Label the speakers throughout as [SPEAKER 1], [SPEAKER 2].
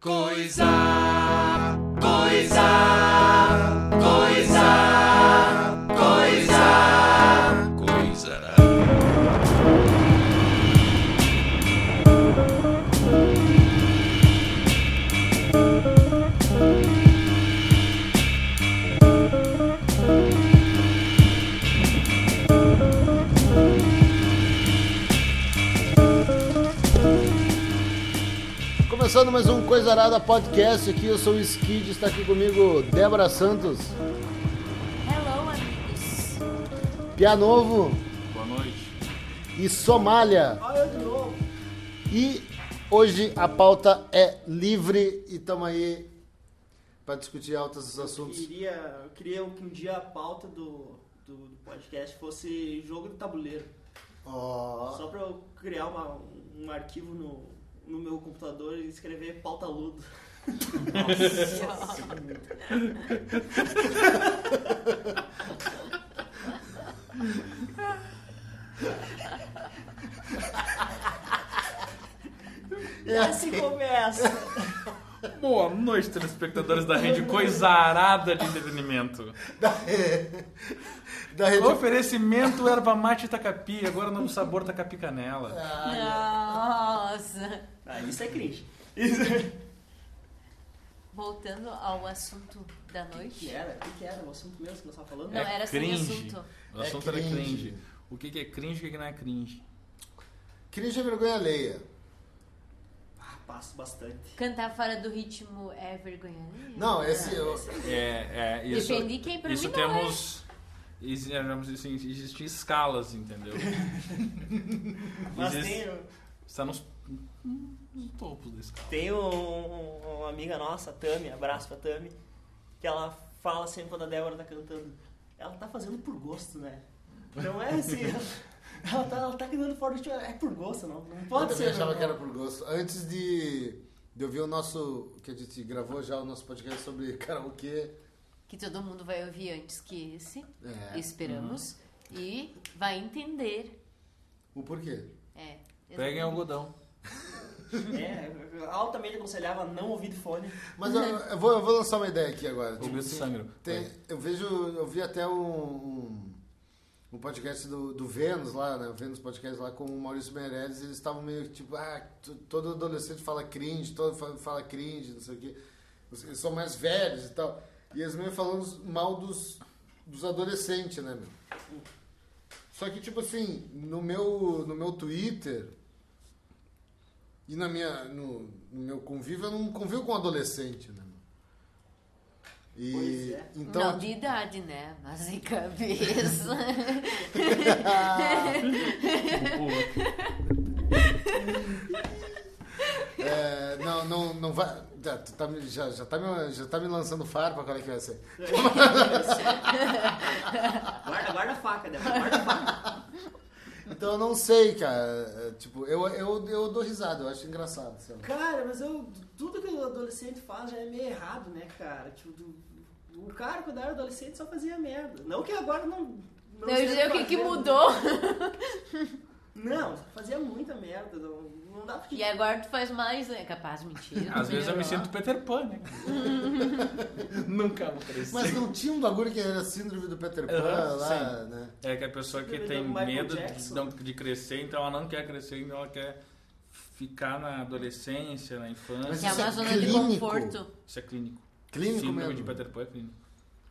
[SPEAKER 1] Coisa, coisa, coisa, coisa, coisa.
[SPEAKER 2] Começando mais um Coisa Arada Podcast aqui, eu sou o Skid, está aqui comigo Débora Santos,
[SPEAKER 3] Hello, amigos.
[SPEAKER 2] Pia Novo
[SPEAKER 4] Boa noite.
[SPEAKER 2] e Somália. E hoje a pauta é livre e estamos aí para discutir altos assuntos.
[SPEAKER 5] Queria, eu queria que um dia a pauta do, do, do podcast fosse jogo do tabuleiro.
[SPEAKER 2] Ó,
[SPEAKER 5] Só pra eu criar uma- um arquivo no, no meu computador e escrever pauta ludo.
[SPEAKER 2] é
[SPEAKER 5] Assim começa.
[SPEAKER 4] Boa noite, telespectadores da rede Coisarada de Entretenimento.
[SPEAKER 2] da, da rede.
[SPEAKER 4] É Oferecimento erva mate Itacapi, agora no sabor Tacapi Canela.
[SPEAKER 3] Nossa.
[SPEAKER 5] Ah, isso é cringe.
[SPEAKER 3] Voltando ao assunto da
[SPEAKER 5] O que
[SPEAKER 3] noite.
[SPEAKER 5] era? O que que era? O assunto mesmo que nós tava falando?
[SPEAKER 3] Não,
[SPEAKER 4] É
[SPEAKER 3] era sem
[SPEAKER 4] cringe.
[SPEAKER 3] assunto.
[SPEAKER 4] O
[SPEAKER 2] É
[SPEAKER 4] assunto era
[SPEAKER 2] cringe.
[SPEAKER 4] cringe. O que que é cringe e o que que não é cringe?
[SPEAKER 2] Cringe é vergonha alheia.
[SPEAKER 5] Ah, passo bastante.
[SPEAKER 3] Cantar fora do ritmo é vergonha. alheia?
[SPEAKER 2] Não, esse. eu-
[SPEAKER 4] É, é isso.
[SPEAKER 3] Depende de quem pra
[SPEAKER 4] isso
[SPEAKER 3] mim não é.
[SPEAKER 4] temos. Isso, digamos assim, existem escalas, entendeu?
[SPEAKER 5] Mas
[SPEAKER 4] Existe-
[SPEAKER 5] tem,
[SPEAKER 4] Está nos, nos topos da escala.
[SPEAKER 5] tem um- um- uma amiga nossa, a Tami, abraço pra Tami, que ela fala sempre quando a Débora tá cantando. Ela tá fazendo por gosto, né? Não é assim. Ela tá, ela tá cantando fora do time, é por gosto, não. Não
[SPEAKER 2] eu
[SPEAKER 5] pode
[SPEAKER 2] também
[SPEAKER 5] ser.
[SPEAKER 2] achava
[SPEAKER 5] não.
[SPEAKER 2] que era por gosto. Antes de, de ouvir o nosso. que a gente gravou já o nosso podcast sobre karaokê.
[SPEAKER 3] Que todo mundo vai ouvir antes que esse.
[SPEAKER 2] É.
[SPEAKER 3] Esperamos.
[SPEAKER 4] Uhum.
[SPEAKER 3] E vai entender.
[SPEAKER 2] O porquê?
[SPEAKER 3] É.
[SPEAKER 4] Peguem algodão.
[SPEAKER 5] É, eu altamente aconselhava não ouvir de fone.
[SPEAKER 2] Mas eu, eu vou, eu vou lançar uma ideia aqui agora. tipo assim,
[SPEAKER 4] Ouvido sangro.
[SPEAKER 2] tem- eu vejo, eu vi até um, um, um podcast do, do Vênus lá, né? O Vênus podcast lá com o Maurício Meirelles, eles estavam meio que tipo, ah, t- todo adolescente fala cringe, todo fa- fala cringe, não sei o quê. Os- Eles são mais velhos e tal. E eles meio falando mal dos, dos adolescentes, né, meu? Só que, tipo assim, no meu, no meu Twitter e na minha, no, no meu convívio, eu não convivo com adolescente, né? meu? E,
[SPEAKER 5] Pois é.
[SPEAKER 4] um-
[SPEAKER 2] então,
[SPEAKER 3] não de idade, né? Mas de cabeça.
[SPEAKER 4] O-
[SPEAKER 2] É, não, não, não vai. Já, tu tá, me- já, já, tá me, já tá me lançando farpa, qual é que vai ser?
[SPEAKER 5] Guarda, guarda a faca, Débora, guarda a faca.
[SPEAKER 2] Então eu não sei, cara. É, Tipo, eu, eu, eu dou risada, eu acho engraçado. sei lá.
[SPEAKER 5] Cara, mas eu, tudo que o adolescente faz já é meio errado, né, cara? Tipo, do- o cara quando era adolescente só fazia merda. Não que agora não.
[SPEAKER 3] Não, eu ia dizer o que, que
[SPEAKER 5] fazia-
[SPEAKER 3] mudou.
[SPEAKER 5] Não, fazia muita merda. Não, não dá porque.
[SPEAKER 3] E agora tu faz mais. É capaz, mentira.
[SPEAKER 4] Às vezes eu me
[SPEAKER 3] melhorou.
[SPEAKER 4] sinto Peter Pan, né? Nunca vou crescer.
[SPEAKER 2] Mas não tinha um bagulho que era síndrome do Peter Pan
[SPEAKER 4] Aham,
[SPEAKER 2] lá, né?
[SPEAKER 4] É que a pessoa que
[SPEAKER 5] Bebê
[SPEAKER 4] tem
[SPEAKER 5] do Michael
[SPEAKER 4] medo de,
[SPEAKER 5] Jackson.
[SPEAKER 4] não, de crescer, então ela não quer crescer, então ela quer ficar na adolescência, na
[SPEAKER 2] Mas
[SPEAKER 3] Que é
[SPEAKER 4] infância.
[SPEAKER 2] isso
[SPEAKER 3] uma
[SPEAKER 2] é
[SPEAKER 3] zona de
[SPEAKER 2] clínico.
[SPEAKER 3] conforto.
[SPEAKER 4] Isso é clínico.
[SPEAKER 2] Clínico
[SPEAKER 4] Síndrome
[SPEAKER 2] mesmo.
[SPEAKER 4] de Peter Pan é clínico.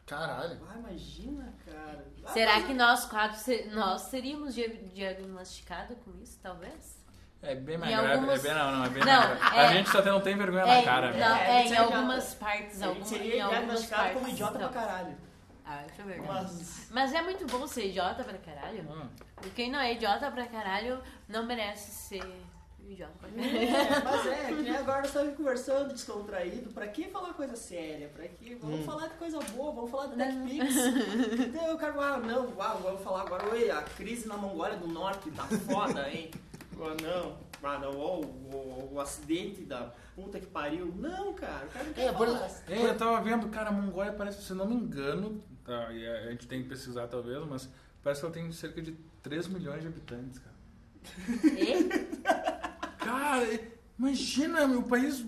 [SPEAKER 2] Caralho.
[SPEAKER 5] Ah, imagina, cara. Ah,
[SPEAKER 3] Será
[SPEAKER 5] mas-
[SPEAKER 3] que nós quatro se- nós seríamos dia- diagnosticados com isso, talvez?
[SPEAKER 4] É bem mais
[SPEAKER 3] Em
[SPEAKER 4] grave.
[SPEAKER 3] algumas-
[SPEAKER 4] É bem, não, não, é bem
[SPEAKER 3] Não,
[SPEAKER 4] mais grave.
[SPEAKER 3] é-
[SPEAKER 4] A gente só até não tem vergonha na cara,
[SPEAKER 3] não,
[SPEAKER 4] velho.
[SPEAKER 5] né?
[SPEAKER 3] é,
[SPEAKER 5] É,
[SPEAKER 3] em
[SPEAKER 5] seria-
[SPEAKER 3] algumas partes,
[SPEAKER 5] A gente
[SPEAKER 3] alguma,
[SPEAKER 5] seria
[SPEAKER 3] em algumas
[SPEAKER 5] diagnosticado
[SPEAKER 3] partes.
[SPEAKER 5] como idiota
[SPEAKER 3] então.
[SPEAKER 5] pra caralho.
[SPEAKER 3] Ah, isso é verdade.
[SPEAKER 5] Mas.
[SPEAKER 3] Mas é muito bom ser idiota pra caralho. né?
[SPEAKER 4] Hum.
[SPEAKER 3] E quem não é idiota pra caralho não merece ser idiota pra caralho.
[SPEAKER 5] É, mas é, que nem agora estamos conversando descontraído. Pra que falar coisa séria? Pra que? Vamos
[SPEAKER 2] Hum.
[SPEAKER 5] falar de coisa boa, vamos falar de TechPix. Então eu quero, ah, não, uau, vamos falar agora, oi, a crise na Mongólia do Norte tá foda, hein? Ah, não, ah, não, ó, o, o- o acidente da puta que pariu. Não, cara, o cara não quer
[SPEAKER 2] É, por
[SPEAKER 5] falar.
[SPEAKER 2] exemplo-
[SPEAKER 4] É, eu tava vendo, cara, a Mongólia parece, se não me engano, tá, e a a gente tem que pesquisar talvez, mas parece que ela tem cerca de 3 milhões de habitantes, cara.
[SPEAKER 3] E?
[SPEAKER 4] Cara, imagina, meu país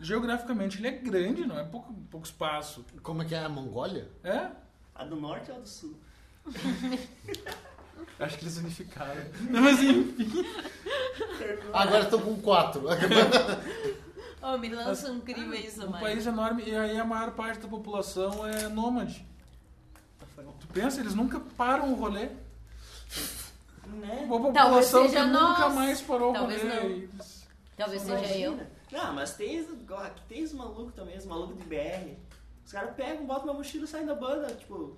[SPEAKER 4] geograficamente ele é grande, não é pouco, pouco espaço.
[SPEAKER 2] Como é que é a Mongólia?
[SPEAKER 4] É?
[SPEAKER 5] A do norte ou a do sul?
[SPEAKER 4] Acho que eles unificaram. Não, mas enfim.
[SPEAKER 2] Ah, Agora estão com quatro.
[SPEAKER 3] Ô, me lança um crime isso,
[SPEAKER 4] Um
[SPEAKER 3] mano.
[SPEAKER 4] país enorme e aí a maior parte da população é nômade. Tu pensa, eles nunca param o rolê.
[SPEAKER 5] Né?
[SPEAKER 4] Uma população
[SPEAKER 3] Talvez
[SPEAKER 4] que
[SPEAKER 3] seja
[SPEAKER 4] nunca
[SPEAKER 3] nós.
[SPEAKER 4] mais parou
[SPEAKER 3] Talvez
[SPEAKER 4] o rolê.
[SPEAKER 3] não.
[SPEAKER 4] Eles-
[SPEAKER 3] Talvez seja eu.
[SPEAKER 5] Imagina. Não, mas tem, os- aqui tem os malucos também, os malucos de BR. Os caras pegam, botam uma mochila e saem da banda, tipo.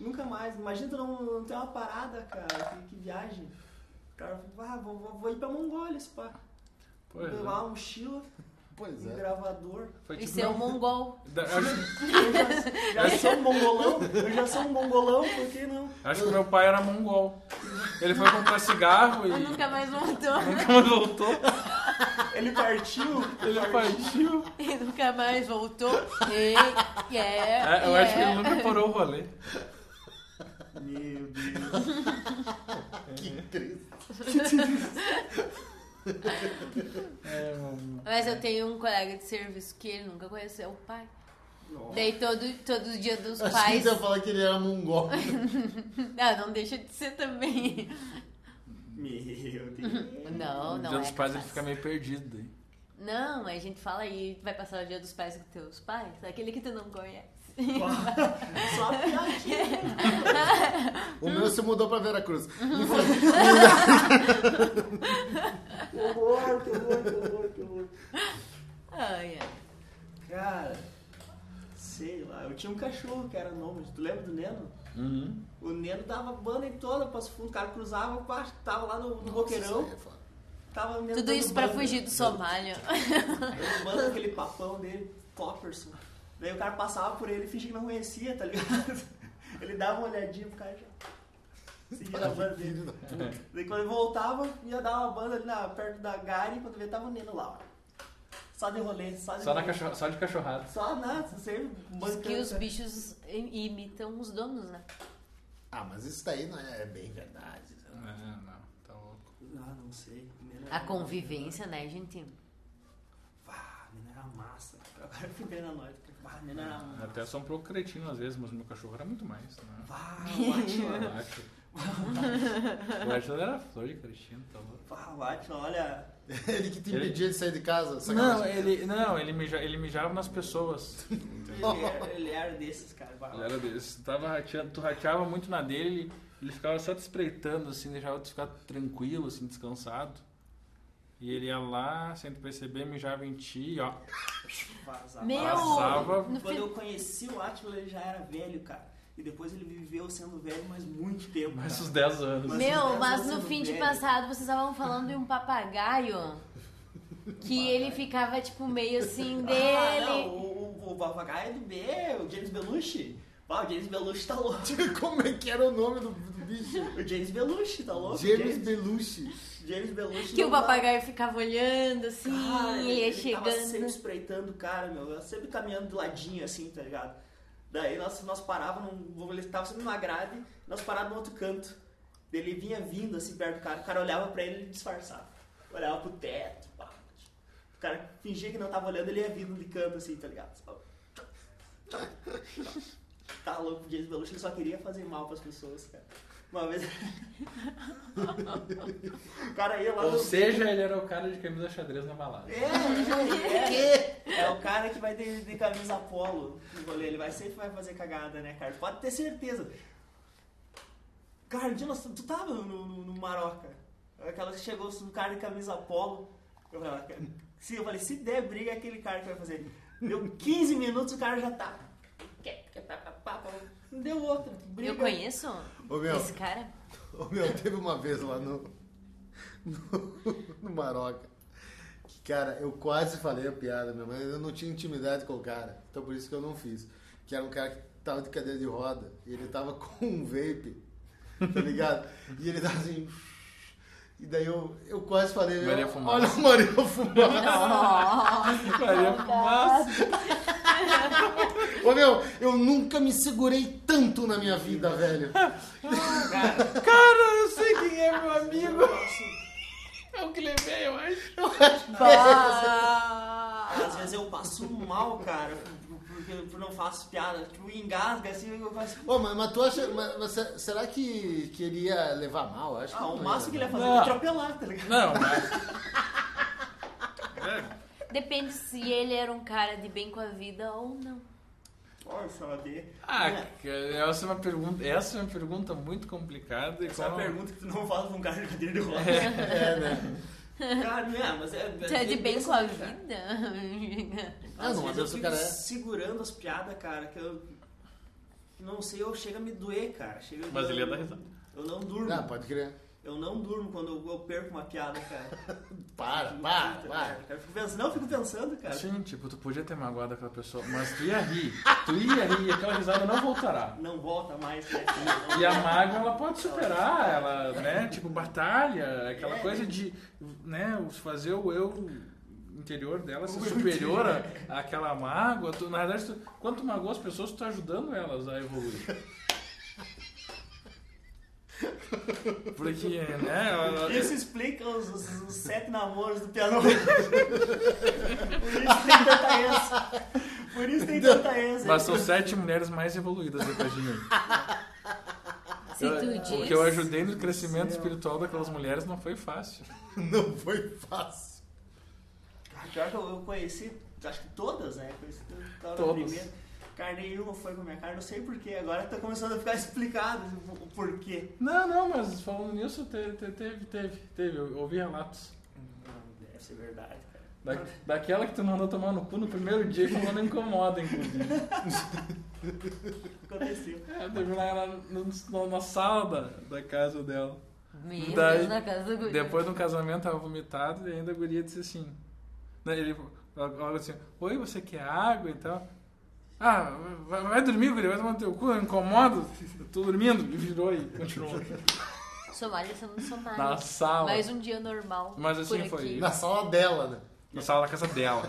[SPEAKER 5] Nunca mais. Imagina tu não, não ter uma parada, cara. Que, que viagem. O cara fala, ah, vou, vou, vou ir pra Mongólia, esse pá.
[SPEAKER 4] Pois é.
[SPEAKER 5] Levar uma mochila,
[SPEAKER 2] Pois
[SPEAKER 5] um
[SPEAKER 2] é.
[SPEAKER 5] gravador.
[SPEAKER 4] Foi
[SPEAKER 3] E
[SPEAKER 4] tipo-
[SPEAKER 3] ser um mongol.
[SPEAKER 4] Da- acho,
[SPEAKER 5] Eu já,
[SPEAKER 4] É.
[SPEAKER 5] já sou um mongolão, eu já sou um mongolão, por que não?
[SPEAKER 4] acho que meu pai era mongol. Ele foi comprar cigarro e
[SPEAKER 3] Mas nunca mais voltou.
[SPEAKER 4] nunca mais voltou.
[SPEAKER 5] Ele partiu,
[SPEAKER 4] Ele tipo, partiu.
[SPEAKER 3] E nunca mais voltou. E, e é,
[SPEAKER 4] É, eu
[SPEAKER 3] e
[SPEAKER 4] acho que ele nunca parou o rolê.
[SPEAKER 5] Meu Deus.
[SPEAKER 2] Que triste.
[SPEAKER 4] É, mano.
[SPEAKER 3] Mas eu tenho um colega de serviço que ele nunca conheceu o pai.
[SPEAKER 5] Nossa.
[SPEAKER 3] Daí todo, todo dia dos
[SPEAKER 2] Acho que
[SPEAKER 3] pais.
[SPEAKER 2] você ia falar que ele era mongol.
[SPEAKER 3] Ah, não deixa de ser também.
[SPEAKER 5] Meu Deus.
[SPEAKER 3] Não,
[SPEAKER 4] no
[SPEAKER 3] não.
[SPEAKER 4] dia
[SPEAKER 3] é
[SPEAKER 4] dos pais ele
[SPEAKER 3] capaz.
[SPEAKER 4] fica meio perdido daí.
[SPEAKER 3] Não, a gente fala aí, vai passar o dia dos pais com teus pais, aquele que tu não conhece.
[SPEAKER 5] Só a piadinha.
[SPEAKER 2] O meu se mudou pra Veracruz.
[SPEAKER 5] Que horror, que horror, que horror, que horror.
[SPEAKER 3] Ai, ai.
[SPEAKER 5] Cara, sei lá, eu tinha um cachorro que era nômade, tu lembra do Neno?
[SPEAKER 4] Uhum.
[SPEAKER 5] O Neno dava banda em toda, passo fundo, o cara cruzava, o quarto, tava lá no, no roqueirão,
[SPEAKER 2] Isso aí é foda.
[SPEAKER 5] tava o Neno
[SPEAKER 3] Tudo
[SPEAKER 5] dando
[SPEAKER 3] isso pra
[SPEAKER 5] banda,
[SPEAKER 3] fugir do Somália.
[SPEAKER 5] dando Banda aquele papão dele, Copperson. Daí o cara passava por ele e fingia que não conhecia, tá ligado? Ele dava uma olhadinha pro cara e já. Seguia
[SPEAKER 4] Tá
[SPEAKER 5] na banda dele.
[SPEAKER 4] É.
[SPEAKER 5] Daí quando ele voltava, ia dar uma banda ali na, perto da Gary, quando vê tava o Neno lá, ó. Só de rolê, só de
[SPEAKER 4] Só, na
[SPEAKER 5] rolê.
[SPEAKER 4] cachorra, só de cachorrada.
[SPEAKER 5] Só nada, sempre
[SPEAKER 3] Diz que os
[SPEAKER 5] bancando.
[SPEAKER 3] bichos i- imitam os donos, né?
[SPEAKER 2] Ah, mas isso daí não é bem verdade.
[SPEAKER 4] É, não, tá louco.
[SPEAKER 5] Ah, não sei. Mineiro
[SPEAKER 3] A
[SPEAKER 5] era-
[SPEAKER 3] convivência, né, gente?
[SPEAKER 5] Bah, menina era massa. Agora eu fui bem na noite. porque, Bah, menina era massa.
[SPEAKER 4] Até sou um pouco cretino às vezes, mas meu cachorro era muito mais. Né?
[SPEAKER 5] Bah, o Atila.
[SPEAKER 4] O Atila. O Atila era flor de cretino, tá louco.
[SPEAKER 5] Bah, o Atila, olha.
[SPEAKER 2] Ele que te
[SPEAKER 4] Ele-
[SPEAKER 2] impedia de sair de casa.
[SPEAKER 4] Não,
[SPEAKER 2] sacanagem.
[SPEAKER 4] ele, não ele, mija, ele mijava nas pessoas.
[SPEAKER 5] Ele era, ele era desses, cara. Bah,
[SPEAKER 4] Ele era desse. Tu, tava rateando, tu rateava muito na dele, ele, ele ficava só te espreitando, assim, deixava tu ficar tranquilo, assim, descansado. E ele ia lá, sem tu perceber, mijava em ti, ó.
[SPEAKER 5] vazava.
[SPEAKER 3] Meu!
[SPEAKER 4] Passava.
[SPEAKER 3] No
[SPEAKER 5] Quando
[SPEAKER 3] fi-
[SPEAKER 5] eu conheci o Atila, ele já era velho, cara. E depois ele viveu sendo velho, mas muito tempo.
[SPEAKER 4] Mais
[SPEAKER 5] cara.
[SPEAKER 4] uns 10 anos.
[SPEAKER 5] Mas os
[SPEAKER 3] Meu,
[SPEAKER 5] dez
[SPEAKER 3] mas
[SPEAKER 5] anos
[SPEAKER 3] no
[SPEAKER 5] do
[SPEAKER 3] fim de
[SPEAKER 5] velho.
[SPEAKER 3] passado vocês estavam falando de um papagaio que ele ficava tipo meio assim
[SPEAKER 5] Ah, não,
[SPEAKER 3] dele.
[SPEAKER 5] o, o, o papagaio é do B, o James Belushi. Bah, o James Belushi tá louco.
[SPEAKER 2] Como é que era o nome do, do bicho?
[SPEAKER 5] O James Belushi tá louco.
[SPEAKER 2] James Belushi.
[SPEAKER 5] James Belushi.
[SPEAKER 3] Que
[SPEAKER 5] não tá-
[SPEAKER 3] o
[SPEAKER 5] dá-
[SPEAKER 3] papagaio ficava olhando assim,
[SPEAKER 5] Cara,
[SPEAKER 3] ele ia
[SPEAKER 5] Tava sempre
[SPEAKER 3] chegando.
[SPEAKER 5] espreitando o cara, meu. Eu sempre caminhando de ladinho, assim, tá ligado? Daí nós, nós parávamos, num- ele tava sempre numa grade, nós parávamos no outro canto. Daí Ele vinha vindo, assim, perto do cara. O cara olhava pra ele e ele disfarçava. Olhava pro teto, pá. O cara fingia que não tava olhando, ele ia vindo de canto, assim, tá ligado? Só- Tá louco, o James Belushi ele só queria fazer mal pras pessoas, cara. Uma vez... o cara ia lá
[SPEAKER 4] Ou
[SPEAKER 5] no-
[SPEAKER 4] seja, ele era o cara de camisa xadrez na balada.
[SPEAKER 5] é, é, é. É o cara que vai de, de camisa polo no rolê. Ele vai sempre vai fazer cagada, né, cara? Pode ter certeza. Cara, um dia nós- tu tava no, no, no Maroca. Aquela que chegou um cara de camisa polo. Eu falei, "Ah, cara, se, eu falei, se der briga, é aquele cara que vai fazer. Deu 15 minutos, o cara já tá. Deu outra. Briga.
[SPEAKER 3] Eu conheço
[SPEAKER 2] Ô, meu.
[SPEAKER 3] esse cara.
[SPEAKER 2] Ô, meu, teve uma vez lá no, no, no Maroca. Que, cara, eu quase falei a piada, meu, mas eu não tinha intimidade com o cara. Então por isso que eu não fiz. Que era um cara que tava de cadeira de roda e ele tava com um vape, tá ligado? E ele tava assim. E daí eu, eu quase falei, meu,
[SPEAKER 4] Maria Fumaça.
[SPEAKER 2] olha o Maria Fumaça.
[SPEAKER 4] Faria fumaça.
[SPEAKER 2] Ô meu, eu nunca me segurei tanto na minha vida, velho.
[SPEAKER 4] Cara, eu sei quem é meu amigo. É o que levei, eu acho.
[SPEAKER 3] Bah!
[SPEAKER 5] Às vezes eu passo mal, cara, por, por- por- por não faço piada. Tipo, engasga assim, eu faço.
[SPEAKER 2] Ô, mas, mas tu acha. Mas, mas se- será que, que ele ia levar mal? Acho que
[SPEAKER 5] Ah, o
[SPEAKER 2] não
[SPEAKER 5] máximo que ele ia fazer
[SPEAKER 4] Não.
[SPEAKER 5] é atropelar, tá ligado?
[SPEAKER 4] Não, mas. É,
[SPEAKER 3] Depende se ele era um cara de bem com a vida ou não.
[SPEAKER 5] Olha, choradeira.
[SPEAKER 4] Ah,
[SPEAKER 5] Não é.
[SPEAKER 4] cara, essa é uma pergunta, essa é uma pergunta muito complicada. e
[SPEAKER 5] Essa é uma
[SPEAKER 4] como-
[SPEAKER 5] pergunta que tu não faz pra um cara de cadeira de rodas. É,
[SPEAKER 2] né?
[SPEAKER 5] né? Cara, não é, mas é.
[SPEAKER 3] Tu é de bem
[SPEAKER 5] pensa,
[SPEAKER 3] com a
[SPEAKER 5] cara.
[SPEAKER 3] vida?
[SPEAKER 2] Ah,
[SPEAKER 5] Às
[SPEAKER 2] não,
[SPEAKER 5] vezes
[SPEAKER 2] mas
[SPEAKER 5] eu
[SPEAKER 2] o
[SPEAKER 5] fico
[SPEAKER 2] cara é-
[SPEAKER 5] segurando as piadas, cara, que eu. Não sei, eu chega a me doer, cara. Chega a-
[SPEAKER 4] Mas ele ia dar risada.
[SPEAKER 5] Eu não durmo.
[SPEAKER 2] Ah, pode crer.
[SPEAKER 5] Eu não durmo quando eu, eu perco uma piada, cara.
[SPEAKER 2] Para,
[SPEAKER 5] Puta,
[SPEAKER 2] para,
[SPEAKER 5] cara,
[SPEAKER 2] para.
[SPEAKER 5] Eu fico pensando, não, eu fico pensando, cara.
[SPEAKER 4] Sim, tipo, tu podia ter magoado aquela pessoa, mas tu ia rir, tu ia rir, e aquela risada não voltará.
[SPEAKER 5] Não volta mais, né?
[SPEAKER 4] E a mágoa, ela pode superar, ela, né, tipo, batalha, aquela
[SPEAKER 5] É.
[SPEAKER 4] coisa de, né, os- fazer o eu interior dela ser superior à- àquela mágoa. Tu, na verdade, tu, quando tu magoa as pessoas, tu tá ajudando elas a evoluir. Porque, né, ela-
[SPEAKER 5] Isso explica os, os- os sete namoros do piano. Por isso tem tanta essa. Por isso tem tanta essa.
[SPEAKER 4] Mas são sete mulheres mais evoluídas depois de mim.
[SPEAKER 3] Se
[SPEAKER 4] Eu-
[SPEAKER 3] tu diz.
[SPEAKER 4] O que eu ajudei no crescimento espiritual daquelas mulheres não foi fácil.
[SPEAKER 2] Não foi fácil.
[SPEAKER 5] Pior que eu, eu conheci, acho que todas, né? Conheci todas.
[SPEAKER 4] Todas.
[SPEAKER 5] Cara, nenhuma foi com a minha cara, não sei porquê. Agora tá começando a ficar explicado o o porquê.
[SPEAKER 4] Não, não, mas falando nisso, te- te- teve, teve, teve. Eu ouvi relatos.
[SPEAKER 5] Não, deve ser verdade, cara.
[SPEAKER 4] Da, daquela que tu mandou tomar no cu no primeiro dia que ela não incomoda, inclusive.
[SPEAKER 5] Aconteceu.
[SPEAKER 4] É, teve lá ela no- no- na sala da, da casa dela.
[SPEAKER 3] Meu
[SPEAKER 4] Daí-
[SPEAKER 3] Deus, na casa do guri.
[SPEAKER 4] Depois de um casamento, tava vomitado e ainda a guria disse assim. né, Ele ela falou assim: Oi, você quer água e tal? Ah, vai, vai dormir, guria, vai tomar no teu cu, eu incomodo, tô dormindo. E virou e continuou.
[SPEAKER 3] Somália, somos Somália.
[SPEAKER 4] Na sala.
[SPEAKER 3] Mais um dia normal.
[SPEAKER 4] Mas assim
[SPEAKER 3] por
[SPEAKER 4] foi.
[SPEAKER 3] aqui.
[SPEAKER 2] Na sala dela, né?
[SPEAKER 4] Na sala da casa dela.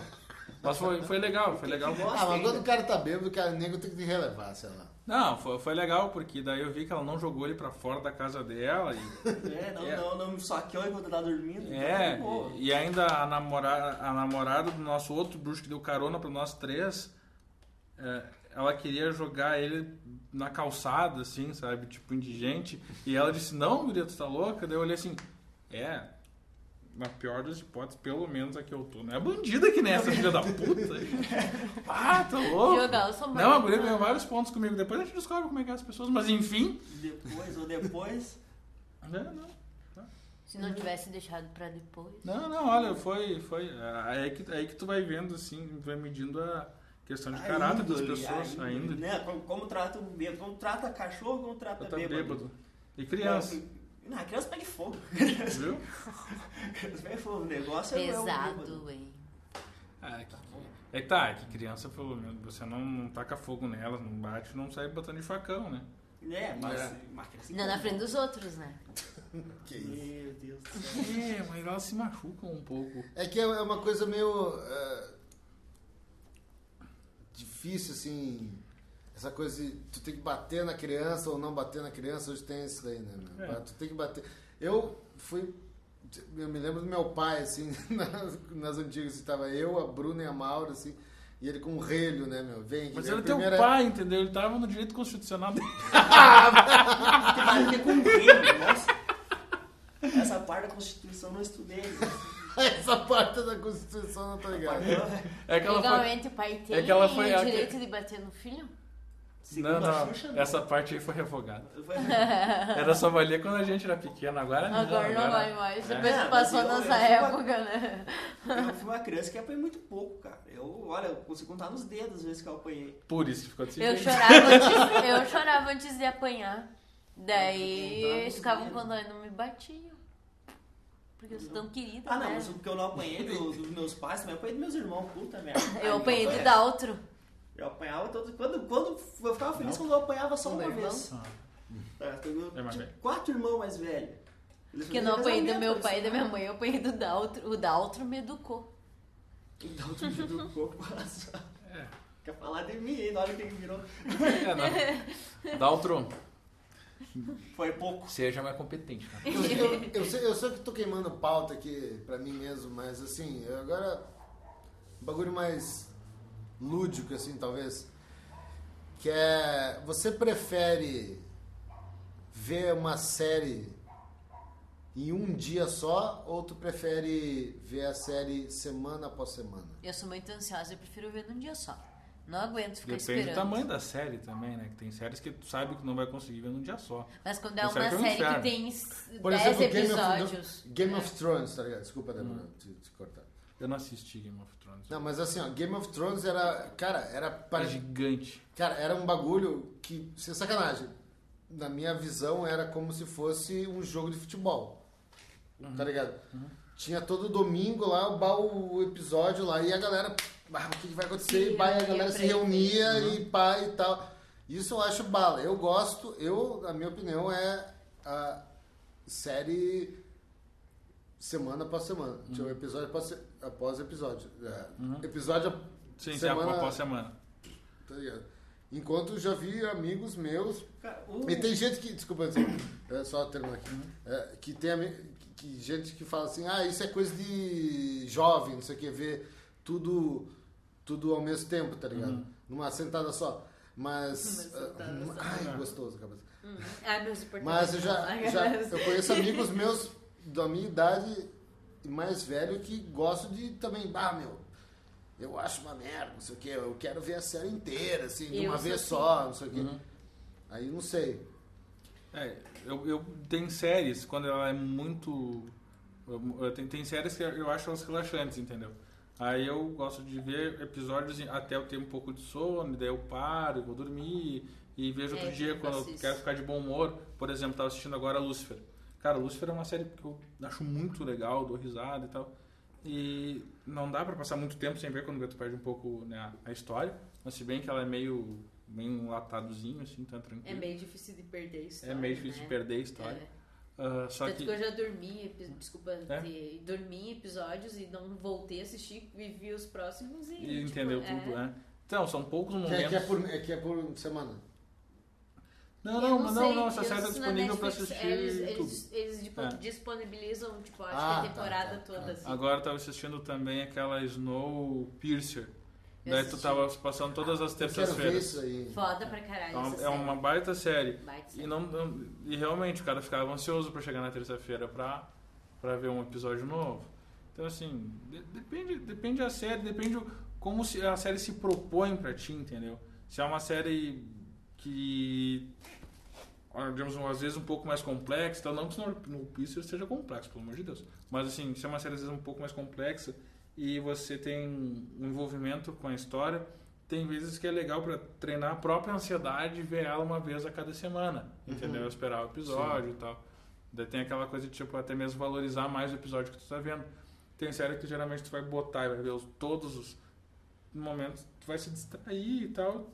[SPEAKER 4] Mas foi, foi legal, foi legal.
[SPEAKER 2] Ah, mas
[SPEAKER 4] né?
[SPEAKER 2] quando o cara tá bêbado, o cara negro tem que relevar, sei lá.
[SPEAKER 4] Não, foi, foi legal, porque daí eu vi que ela não jogou ele pra fora da casa dela. E,
[SPEAKER 5] É, não,
[SPEAKER 4] É.
[SPEAKER 5] não, não me saqueou enquanto eu tava dormindo. então tá
[SPEAKER 4] é,
[SPEAKER 5] de boa.
[SPEAKER 4] e, e ainda a namorada, a namorada do nosso outro bruxo que deu carona pra nós três, é, ela queria jogar ele na calçada, assim, sabe? Tipo, indigente. E ela disse, não, Guria, tu tá louca? Daí eu olhei assim, é... Na pior das hipóteses, pelo menos aqui eu tô. Não é bandida que nessa, filha da puta. Ah, tá louco.
[SPEAKER 3] Jogar o Somália.
[SPEAKER 4] Não, a guria ganhou vários pontos comigo. Depois a gente descobre como é que é as pessoas, mas enfim. né,
[SPEAKER 5] Depois ou depois.
[SPEAKER 4] Não, não,
[SPEAKER 3] Se não tivesse deixado pra depois.
[SPEAKER 4] não, não, olha, foi. foi aí, que, aí que tu vai vendo, assim, vai medindo a questão de
[SPEAKER 5] a
[SPEAKER 4] caráter
[SPEAKER 5] índole,
[SPEAKER 4] das pessoas
[SPEAKER 5] a índole,
[SPEAKER 4] ainda.
[SPEAKER 5] Né? Como, como trata o bêbado, como trata cachorro, como trata
[SPEAKER 4] Eu tô
[SPEAKER 5] tá bêbado.
[SPEAKER 4] bêbado. E criança,
[SPEAKER 5] Não, a criança pega fogo.
[SPEAKER 4] viu?
[SPEAKER 5] criança pega fogo. O negócio é- é o bêbado.
[SPEAKER 3] Pesado, hein?
[SPEAKER 4] Ah, É que, é que tá, é que criança, pelo menos, você não, não taca fogo nelas, não bate, não sai botando de facão, né?
[SPEAKER 5] É, mas
[SPEAKER 2] É.
[SPEAKER 5] uma criança
[SPEAKER 3] Não na frente dos outros, né?
[SPEAKER 2] Que isso.
[SPEAKER 5] Meu Deus do céu.
[SPEAKER 4] É, mas elas se machucam um pouco.
[SPEAKER 2] É que é é uma coisa meio. eh, difícil, assim. Essa coisa de tu tem que bater na criança ou não bater na criança, hoje tem isso daí, né? meu?
[SPEAKER 4] É.
[SPEAKER 2] Tu tem que bater. Eu fui. Eu me lembro do meu pai, assim, nas, nas antigas, estava eu, a Bruna e a Maura, assim, e ele com um relho, né, meu? Vem,
[SPEAKER 4] Mas
[SPEAKER 2] vem,
[SPEAKER 4] era
[SPEAKER 2] a
[SPEAKER 4] teu
[SPEAKER 2] primeira-
[SPEAKER 4] pai, entendeu? Ele tava no direito constitucional dele.
[SPEAKER 5] Tem mais a ver com bêbado, nossa. Essa parte da Constituição eu não estudei.
[SPEAKER 2] Essa parte da Constituição não tá ligado.
[SPEAKER 4] É que ela foi-
[SPEAKER 3] Legalmente o pai tem
[SPEAKER 4] é que ela foi
[SPEAKER 3] o
[SPEAKER 4] a que-
[SPEAKER 3] direito de bater no filho?
[SPEAKER 5] Segundo
[SPEAKER 4] não,
[SPEAKER 5] a Xuxa,
[SPEAKER 4] não.
[SPEAKER 5] não.
[SPEAKER 4] Essa parte aí foi revogada.
[SPEAKER 5] Foi-
[SPEAKER 4] Era só valia quando a gente era pequeno, agora não.
[SPEAKER 3] Agora não vai mais.
[SPEAKER 4] É.
[SPEAKER 3] Depois
[SPEAKER 5] É,
[SPEAKER 3] que passou
[SPEAKER 5] mas eu-
[SPEAKER 3] nossa
[SPEAKER 5] eu sou uma-
[SPEAKER 3] época, né?
[SPEAKER 5] Eu fui uma criança que apanhei muito pouco, cara. Eu, olha, eu consigo contar nos dedos as vezes que eu apanhei.
[SPEAKER 4] Por isso que ficou desse
[SPEAKER 3] Eu
[SPEAKER 4] jeito.
[SPEAKER 3] chorava, antes, eu chorava antes de apanhar. Daí
[SPEAKER 5] Então,
[SPEAKER 3] eles ficavam
[SPEAKER 5] né?
[SPEAKER 3] quando eu não me batiam. Porque eu sou tão querida,
[SPEAKER 5] Ah, não,
[SPEAKER 3] né?
[SPEAKER 5] mas porque eu não apanhei do- dos meus pais, também apanhei dos meus irmãos, puta merda.
[SPEAKER 3] Eu apanhei do
[SPEAKER 5] É.
[SPEAKER 3] Daltro.
[SPEAKER 5] Eu apanhava todo. Quando, quando eu ficava feliz quando eu apanhava só
[SPEAKER 3] Do
[SPEAKER 5] uma
[SPEAKER 3] meu
[SPEAKER 5] vez.
[SPEAKER 4] irmão?
[SPEAKER 5] Tá, eu
[SPEAKER 4] É mais
[SPEAKER 5] tinha
[SPEAKER 4] velho.
[SPEAKER 5] quatro irmãos mais velhos. Eles
[SPEAKER 3] Porque eu
[SPEAKER 5] faziam
[SPEAKER 3] não apanhei do meu
[SPEAKER 5] casamento,
[SPEAKER 3] pai e da minha
[SPEAKER 5] eles-
[SPEAKER 3] mãe, eu apanhei do Daltro. O Daltro me educou.
[SPEAKER 5] Então tu me educou olha só.
[SPEAKER 4] É.
[SPEAKER 5] Quer falar de mim, hein? Na hora que ele virou.
[SPEAKER 4] É, não. Dá o tronco.
[SPEAKER 5] Foi pouco.
[SPEAKER 4] Seja mais competente. Né?
[SPEAKER 2] Eu, eu, eu sei, eu sei que tô queimando pauta aqui pra mim mesmo, mas assim, eu agora. Bagulho mais lúdico, assim, talvez. Que é. Você prefere ver uma série em um dia só ou tu prefere ver a série semana após semana?
[SPEAKER 3] Eu sou muito ansiosa, eu prefiro ver num dia só. Não aguento ficar
[SPEAKER 4] Depende
[SPEAKER 3] esperando.
[SPEAKER 4] do tamanho da série também, né? Que tem séries que tu sabe que não vai conseguir ver num dia só.
[SPEAKER 3] Mas quando é
[SPEAKER 4] Não
[SPEAKER 3] uma
[SPEAKER 4] serve pra um
[SPEAKER 3] série que
[SPEAKER 4] inferno.
[SPEAKER 3] tem
[SPEAKER 2] Por
[SPEAKER 3] 10
[SPEAKER 2] exemplo, Game
[SPEAKER 3] episódios.
[SPEAKER 2] of, Game of Thrones, tá ligado? Desculpa, Débora, te, te cortar.
[SPEAKER 4] Eu não assisti Game of Thrones.
[SPEAKER 2] Não, mas assim, ó, Game of Thrones era. Cara, era.
[SPEAKER 4] É
[SPEAKER 2] pare-
[SPEAKER 4] gigante.
[SPEAKER 2] Cara, era um bagulho que, sem sacanagem, na minha visão era como se fosse um jogo de futebol. Tá ligado? Tinha todo domingo lá o, ba- o episódio lá e a galera, ah, o que, que vai acontecer?
[SPEAKER 3] Se
[SPEAKER 2] E, bah, e a
[SPEAKER 3] reunia
[SPEAKER 2] galera
[SPEAKER 3] pra
[SPEAKER 2] se reunia e pá e tal. Isso eu acho bala. Eu gosto, eu, na minha opinião, é a série semana após semana. Tinha um episódio após, se- após episódio. É, Episódio a-
[SPEAKER 4] Sim, semana... é após semana.
[SPEAKER 2] Tá ligado? Enquanto eu já vi amigos meus.
[SPEAKER 5] Cara, um, o-
[SPEAKER 2] E tem gente que. Desculpa, só, é, só terminar aqui. É, que tem ami- que- que gente que fala assim: ah, isso é coisa de jovem, não sei o que, ver tudo, tudo ao mesmo tempo, tá ligado? Numa sentada só. Mas.
[SPEAKER 5] Uhum. Numa sentada
[SPEAKER 2] ah,
[SPEAKER 5] só.
[SPEAKER 2] Ai, gostoso, cabeça.
[SPEAKER 3] Ah, meus importantes.
[SPEAKER 2] Mas eu já, já eu conheço amigos meus da minha idade e mais velho que gostam de também, ah, meu, eu acho uma merda, não sei o quê, eu quero ver a série inteira, assim, de
[SPEAKER 3] Eu
[SPEAKER 2] uma
[SPEAKER 3] sou
[SPEAKER 2] vez
[SPEAKER 3] assim.
[SPEAKER 2] só, não sei o quê. Aí não sei.
[SPEAKER 4] É, eu, eu tem séries quando ela é muito. eu- eu- Tem, tem séries que eu acho elas relaxantes, entendeu? Aí eu gosto de ver episódios em- até eu ter um pouco de sono, daí eu paro, vou dormir e vejo
[SPEAKER 3] É,
[SPEAKER 4] outro
[SPEAKER 3] eu
[SPEAKER 4] dia
[SPEAKER 3] também
[SPEAKER 4] quando
[SPEAKER 3] faço
[SPEAKER 4] eu
[SPEAKER 3] isso.
[SPEAKER 4] quero ficar de bom humor. Por exemplo, tava assistindo agora Lucifer. Cara, Lucifer é uma série que eu acho muito legal, dou risada e tal. E não dá pra passar muito tempo sem ver quando tu perde um pouco né, a- a história. Mas se bem que ela é meio, meio enlatadozinho, assim, tá tranquilo.
[SPEAKER 3] É meio difícil de perder a história.
[SPEAKER 4] É meio difícil
[SPEAKER 3] né?
[SPEAKER 4] de perder a história.
[SPEAKER 3] É.
[SPEAKER 4] Ah, só
[SPEAKER 3] Tanto
[SPEAKER 4] que,
[SPEAKER 3] que... eu já dormi, epi- desculpa,
[SPEAKER 4] É?
[SPEAKER 3] de- dormi em episódios e não voltei a assistir, vivi os próximos e.
[SPEAKER 4] e
[SPEAKER 3] tipo,
[SPEAKER 4] entendeu
[SPEAKER 3] é.
[SPEAKER 4] tudo, né? Então, são poucos
[SPEAKER 2] Que é,
[SPEAKER 4] momentos.
[SPEAKER 2] que é por, é que é por semana.
[SPEAKER 4] Não,
[SPEAKER 3] Eu
[SPEAKER 4] não, não, não,
[SPEAKER 3] sei,
[SPEAKER 4] não, essa
[SPEAKER 3] eu
[SPEAKER 4] série tá
[SPEAKER 3] assisto na
[SPEAKER 4] disponível pra
[SPEAKER 3] Netflix, é,
[SPEAKER 4] assistir
[SPEAKER 3] Eles,
[SPEAKER 4] tudo.
[SPEAKER 3] eles, eles, tipo,
[SPEAKER 4] É.
[SPEAKER 3] disponibilizam, tipo, acho
[SPEAKER 2] Ah,
[SPEAKER 3] que
[SPEAKER 2] tá,
[SPEAKER 3] a temporada
[SPEAKER 2] tá, tá.
[SPEAKER 3] toda, assim.
[SPEAKER 4] Agora eu tava assistindo também aquela Snowpiercer.
[SPEAKER 3] Eu
[SPEAKER 4] Daí tu
[SPEAKER 3] assisti.
[SPEAKER 4] tava passando todas as
[SPEAKER 2] Eu quero ver
[SPEAKER 4] terças-feiras.
[SPEAKER 2] isso aí.
[SPEAKER 3] Foda pra caralho.
[SPEAKER 4] É uma-
[SPEAKER 3] essa
[SPEAKER 4] É uma baita série.
[SPEAKER 3] série. Baita
[SPEAKER 4] E,
[SPEAKER 3] série.
[SPEAKER 4] não, não- e realmente o cara ficava ansioso pra chegar na terça-feira pra, pra ver um episódio novo. Então, assim, de- depende, depende da série, depende o- como se- a série se propõe pra ti, entendeu? Se é uma série que, ah, digamos, às vezes um pouco mais complexa, então não que no, no Pister seja complexo, pelo amor de Deus. Mas, assim, se é uma série às vezes um pouco mais complexa e você tem um envolvimento com a história, tem vezes que é legal pra treinar a própria ansiedade e ver ela uma vez a cada semana,
[SPEAKER 5] Uhum.
[SPEAKER 4] entendeu? Esperar o episódio e tal. Daí tem aquela coisa de, tipo, até mesmo valorizar mais o episódio que tu tá vendo. Tem série que geralmente tu vai botar e vai ver os- todos os momentos, tu vai se distrair e tal.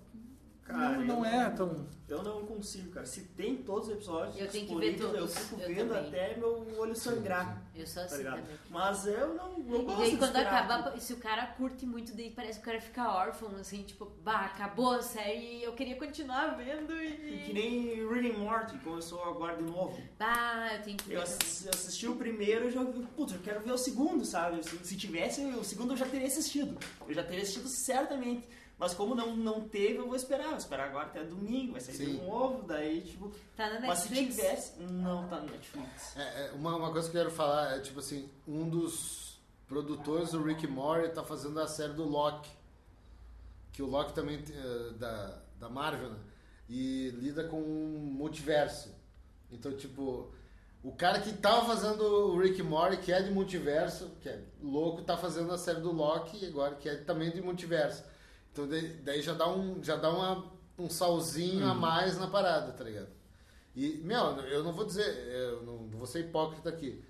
[SPEAKER 5] Cara,
[SPEAKER 4] não,
[SPEAKER 5] eu-
[SPEAKER 4] não é tão...
[SPEAKER 5] Eu não consigo, cara. Se tem todos os episódios,
[SPEAKER 3] Eu tenho que ver
[SPEAKER 5] disponíveis,
[SPEAKER 3] todos,
[SPEAKER 5] Eu fico
[SPEAKER 3] eu
[SPEAKER 5] vendo
[SPEAKER 3] também.
[SPEAKER 5] até meu olho sangrar.
[SPEAKER 3] Eu sou
[SPEAKER 5] Tá
[SPEAKER 3] assim
[SPEAKER 5] ligado?
[SPEAKER 3] também.
[SPEAKER 5] Mas eu não, não
[SPEAKER 3] E
[SPEAKER 5] gosto
[SPEAKER 3] daí
[SPEAKER 5] de
[SPEAKER 3] quando
[SPEAKER 5] esperar
[SPEAKER 3] acaba,
[SPEAKER 5] tudo.
[SPEAKER 3] se o cara curte muito, daí parece que o cara fica órfão, assim, tipo, bah, acabou a série e eu queria continuar vendo e.
[SPEAKER 5] Que nem Reading Morty começou agora de novo.
[SPEAKER 3] Bah, eu tenho que ver.
[SPEAKER 5] Eu assisti, eu assisti o primeiro e já vi, putz, eu quero ver o segundo, sabe? Se, se tivesse o segundo eu já teria assistido. Eu já teria assistido certamente. Mas como não, não teve, eu vou esperar. Eu Vou esperar agora até domingo, vai sair
[SPEAKER 2] Sim.
[SPEAKER 5] de novo, daí tipo.
[SPEAKER 3] Tá na
[SPEAKER 5] Mas se
[SPEAKER 3] Netflix.
[SPEAKER 5] tivesse. Não tá no Netflix.
[SPEAKER 2] É, é, uma, uma coisa que eu quero falar é, tipo assim, um dos produtores, o Rick Mori, tá fazendo a série do Loki. Que o Loki também, tem, eh, da, da Marvel, né? E lida com um multiverso. Então, tipo, o cara que tava fazendo o Rick Mori, que é de multiverso, que é louco, tá fazendo a série do Loki agora, que é também de multiverso. Então, daí daí já dá um, já dá uma, um salzinho a mais na parada, tá ligado? E, meu, eu não vou dizer, eu não vou ser hipócrita aqui.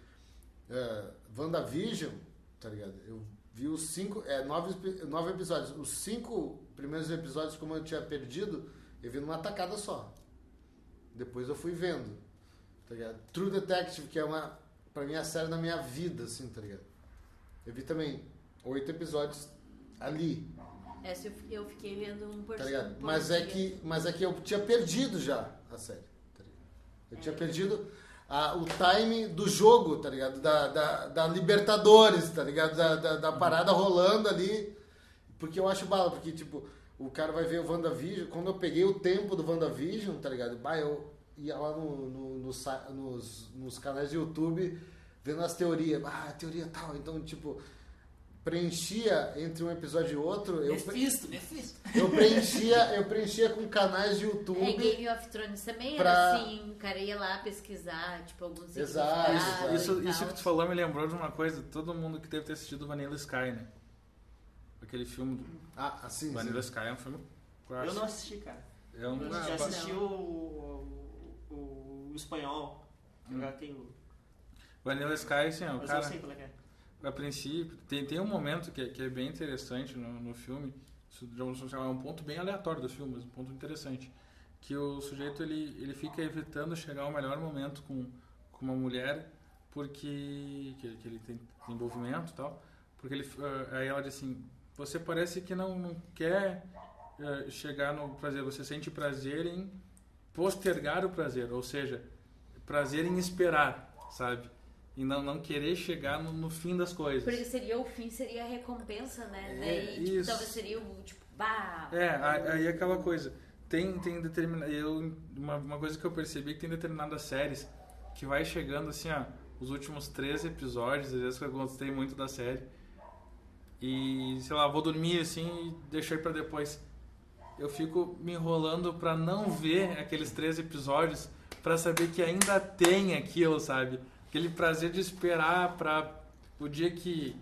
[SPEAKER 2] É, WandaVision, tá ligado? Eu vi os cinco, é, nove, epi- nove episódios. Os cinco primeiros episódios, como eu tinha perdido, eu vi numa tacada só. Depois eu fui vendo, tá ligado? True Detective, que é uma, pra mim, a série da minha vida, assim, tá ligado? Eu vi também oito episódios ali,
[SPEAKER 3] Essa eu, eu fiquei vendo um por
[SPEAKER 2] tá ligado?
[SPEAKER 3] por
[SPEAKER 2] Mas é
[SPEAKER 3] dia.
[SPEAKER 2] que, mas é que eu tinha perdido já a série. tá ligado? Eu
[SPEAKER 3] É.
[SPEAKER 2] tinha perdido a- o time do jogo, tá ligado? Da, da, da Libertadores, tá ligado? Da, da, da parada rolando ali. Porque eu acho bala, porque, tipo, o cara vai ver o WandaVision. Quando eu peguei o tempo do WandaVision, tá ligado? Bah, eu ia lá no, no- no sa- nos, nos canais de YouTube vendo as teorias. Ah, teoria tal. Então, tipo, preenchia entre um episódio e outro. Eu, pre-
[SPEAKER 5] Mephisto, Mephisto.
[SPEAKER 2] eu preenchia, eu preenchia com canais de YouTube.
[SPEAKER 3] É, Game of Thrones também
[SPEAKER 2] Pra-
[SPEAKER 3] era assim, o cara ia lá pesquisar, tipo, alguns
[SPEAKER 2] Exato,
[SPEAKER 3] significados
[SPEAKER 4] Isso,
[SPEAKER 3] Ah, e
[SPEAKER 4] isso
[SPEAKER 3] tal.
[SPEAKER 4] que tu falou me lembrou de uma coisa. Todo mundo que deve ter assistido Vanilla Sky, né? Aquele filme. do-
[SPEAKER 2] Ah, assim.
[SPEAKER 4] Vanilla
[SPEAKER 2] sim.
[SPEAKER 4] Sky é um filme
[SPEAKER 5] Eu
[SPEAKER 4] clássico.
[SPEAKER 5] não assisti, cara.
[SPEAKER 4] É um-
[SPEAKER 5] Eu
[SPEAKER 3] Não,
[SPEAKER 5] já
[SPEAKER 4] Ah,
[SPEAKER 3] assisti.
[SPEAKER 5] assisti o, o, o- o espanhol. Agora tem o.
[SPEAKER 4] Vanilla Sky, assim, ó, o
[SPEAKER 5] Mas eu
[SPEAKER 4] cara...
[SPEAKER 5] sei qual é que é.
[SPEAKER 4] A princípio, tem, tem um momento que, é- que é bem interessante no, no filme, isso, digamos assim, é um ponto bem aleatório do filme, mas um ponto interessante, que o sujeito ele, ele fica evitando chegar ao melhor momento com, com uma mulher, porque que, que ele tem envolvimento e tal, porque ele, eh, aí ela diz assim, você parece que não, não quer eh, chegar no prazer, você sente prazer em postergar o prazer, ou seja, prazer em esperar, sabe? E não, não querer chegar no, no fim das coisas.
[SPEAKER 3] Porque seria o fim, seria a recompensa, né?
[SPEAKER 4] É,
[SPEAKER 3] Daí, tipo,
[SPEAKER 4] isso.
[SPEAKER 3] talvez seria o, tipo, bah...
[SPEAKER 4] É, a- aí é aquela coisa. Tem, tem determinada. Eu, uma, uma coisa que eu percebi é que tem determinadas séries que vai chegando assim, ó, os últimos três episódios, às vezes que eu gostei muito da série. E, sei lá, vou dormir assim e deixei pra depois. Eu fico me enrolando pra não ver aqueles três episódios pra saber que ainda tem aquilo, sabe? Aquele prazer de esperar pra o dia que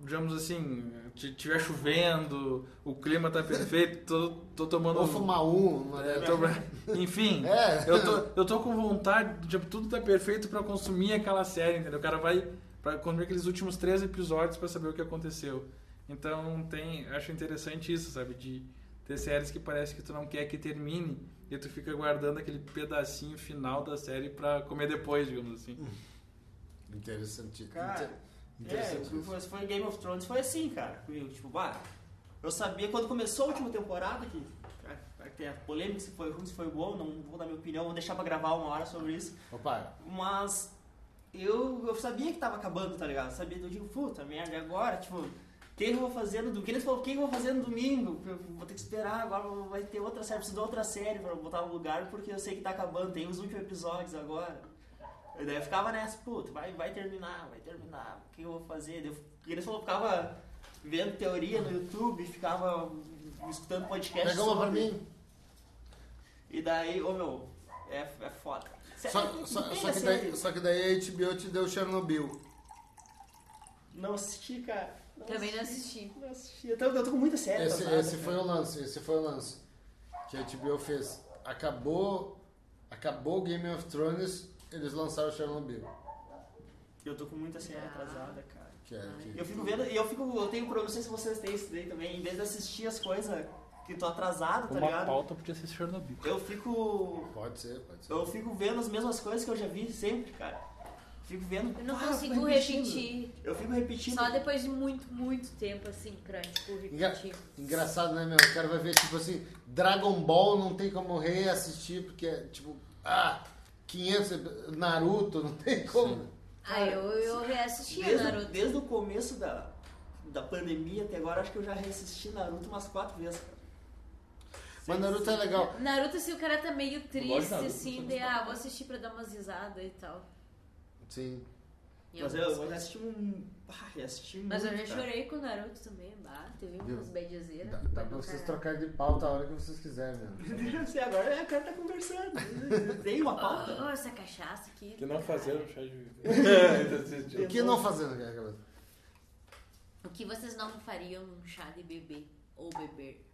[SPEAKER 4] digamos assim, t- tiver chovendo, o clima tá perfeito, tô, tô tomando
[SPEAKER 2] Vou fumar um. uma
[SPEAKER 4] é,
[SPEAKER 2] dessas.
[SPEAKER 4] tô- Enfim,
[SPEAKER 2] É.
[SPEAKER 4] eu, tô, eu tô com vontade, tipo, tudo tá perfeito pra consumir aquela série, entendeu? O cara vai pra consumir aqueles últimos três episódios pra saber o que aconteceu. Então tem, acho interessante isso, sabe? De ter séries que parece que tu não quer que termine e tu fica guardando aquele pedacinho final da série pra comer depois, digamos assim.
[SPEAKER 2] Interessante.
[SPEAKER 5] Cara,
[SPEAKER 2] Inter-
[SPEAKER 5] É,
[SPEAKER 2] interessante.
[SPEAKER 5] o- foi, foi Game of Thrones, foi assim, cara, comigo. Tipo, bah, eu sabia quando começou a última temporada que a- até a polêmica se foi ruim, se foi bom, não vou dar minha opinião, vou deixar pra gravar uma hora sobre isso.
[SPEAKER 2] Opa,
[SPEAKER 5] Mas eu, eu sabia que tava acabando, tá ligado? Sabia, eu digo, puta merda, e agora? Tipo, o que eu vou fazer no domingo? Ele falou, o que eu vou fazer no domingo? Eu vou ter que esperar, agora vai ter outra série, preciso de outra série pra botar no lugar, porque eu sei que tá acabando, tem os últimos episódios agora. E daí eu ficava nessa, puta, vai, vai terminar, vai terminar, o que eu vou fazer? Daí eu- E ele falou, ficava vendo teoria no YouTube, ficava escutando podcast.
[SPEAKER 2] pega uma pra
[SPEAKER 5] É sobre.
[SPEAKER 2] mim.
[SPEAKER 5] E daí, ô meu, é, é foda.
[SPEAKER 2] Só, só,
[SPEAKER 5] Tem
[SPEAKER 2] só, que
[SPEAKER 5] assim,
[SPEAKER 2] daí, só que daí a HBO te deu Chernobyl.
[SPEAKER 5] Não assisti, cara. Não
[SPEAKER 3] Também não assisti.
[SPEAKER 5] Não assisti. Eu tô, eu tô com muita série.
[SPEAKER 2] Esse,
[SPEAKER 5] atrasada,
[SPEAKER 2] esse
[SPEAKER 5] É, cara.
[SPEAKER 2] foi um- o lance, esse foi o lance que a HBO fez. Acabou, acabou Game of Thrones, eles lançaram Chernobyl.
[SPEAKER 5] Eu tô com muita série
[SPEAKER 3] Ah.
[SPEAKER 5] atrasada, cara.
[SPEAKER 2] Que é, que-
[SPEAKER 5] Eu fico vendo, e eu fico, eu tenho, não sei se vocês têm isso daí também, em vez de assistir as coisas que tô atrasado, tá
[SPEAKER 4] Uma
[SPEAKER 5] ligado?
[SPEAKER 4] pauta podia ser Chernobyl.
[SPEAKER 5] Eu fico.
[SPEAKER 2] Pode ser, pode ser.
[SPEAKER 5] Eu fico vendo as mesmas coisas que eu já vi sempre, cara. Fico vendo.
[SPEAKER 3] Eu não
[SPEAKER 5] Ah,
[SPEAKER 3] consigo
[SPEAKER 5] fico repetindo.
[SPEAKER 3] repetir.
[SPEAKER 5] Eu fico repetindo.
[SPEAKER 3] Só depois de muito, muito tempo, assim, pra, tipo,
[SPEAKER 2] Engra-
[SPEAKER 3] repetir.
[SPEAKER 2] Engraçado, né, meu? O cara vai ver, tipo assim, Dragon Ball não tem como reassistir, porque é, tipo, ah, 500, ep- Naruto não tem como.
[SPEAKER 3] Ah, eu, eu reassisti a
[SPEAKER 5] Desde,
[SPEAKER 3] Naruto.
[SPEAKER 5] desde o começo da, da pandemia até agora, acho que eu já reassisti Naruto umas quatro vezes, cara.
[SPEAKER 2] Mas Naruto é legal.
[SPEAKER 3] Naruto, assim, o cara tá meio
[SPEAKER 4] gosto de
[SPEAKER 3] triste,
[SPEAKER 4] Naruto,
[SPEAKER 3] assim, de, ah, vou assistir pra dar umas risadas e tal.
[SPEAKER 2] Sim.
[SPEAKER 3] Em
[SPEAKER 5] Mas
[SPEAKER 3] algumas
[SPEAKER 5] eu, eu já
[SPEAKER 3] coisas.
[SPEAKER 5] assisti um. Ah, eu assisti
[SPEAKER 3] Mas
[SPEAKER 5] muito,
[SPEAKER 3] eu já
[SPEAKER 5] cara.
[SPEAKER 3] chorei com o Naruto também, bah, teve
[SPEAKER 2] Viu?
[SPEAKER 3] umas badgezeiras.
[SPEAKER 2] Dá, dá pra vocês trocarem de pauta a hora que vocês quiserem, meu.
[SPEAKER 5] Você agora a cara tá conversando. Tem uma pauta?
[SPEAKER 3] Oh, essa cachaça aqui.
[SPEAKER 4] Que não fazer o chá É, de...
[SPEAKER 2] O que não fazer né, na minha cabeça?
[SPEAKER 3] O que vocês não fariam num chá de bebê? Ou beber?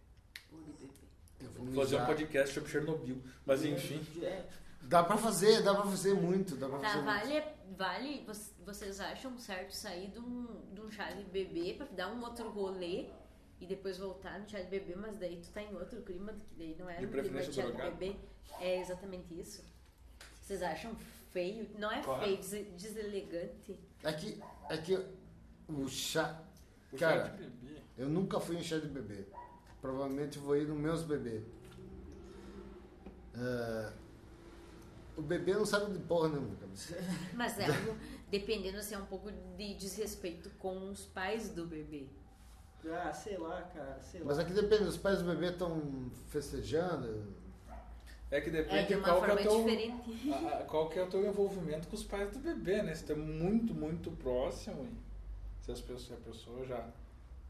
[SPEAKER 3] Ou de bebê?
[SPEAKER 2] Eu vou
[SPEAKER 4] Fazer um
[SPEAKER 2] mijar.
[SPEAKER 4] podcast sobre Chernobyl. Mas enfim.
[SPEAKER 5] É,
[SPEAKER 2] Dá pra fazer, dá pra fazer muito, dá pra
[SPEAKER 3] Tá,
[SPEAKER 2] fazer um muito.
[SPEAKER 3] vale, vale vo- vocês acham certo sair de um, de um chá de bebê pra dar um outro rolê e depois voltar no chá de bebê, mas daí tu tá em outro clima, que daí não é
[SPEAKER 4] De
[SPEAKER 3] um clima
[SPEAKER 4] preferência
[SPEAKER 3] de chá de
[SPEAKER 4] drogado.
[SPEAKER 3] bebê. É exatamente isso. Vocês acham feio? Não é
[SPEAKER 4] Claro.
[SPEAKER 3] feio, dese- deselegante.
[SPEAKER 2] É que, é que o chá.
[SPEAKER 4] é
[SPEAKER 2] Cara, eu nunca fui em chá de bebê. Provavelmente vou ir no meus bebê. Ah, o bebê não sabe de porra nenhuma, cara.
[SPEAKER 3] Mas é algo, dependendo, assim, é um pouco de desrespeito com os pais do bebê.
[SPEAKER 5] Ah, sei lá, cara, sei lá.
[SPEAKER 2] Mas aqui depende, os pais do bebê estão festejando.
[SPEAKER 4] É que
[SPEAKER 3] É
[SPEAKER 4] depende
[SPEAKER 3] de uma
[SPEAKER 4] qual, que é
[SPEAKER 3] forma
[SPEAKER 4] o teu,
[SPEAKER 3] diferente.
[SPEAKER 4] a- a- qual que é o teu envolvimento com os pais do bebê, né? Se tu é muito, muito próximo, e se, as pessoas, se a pessoa já,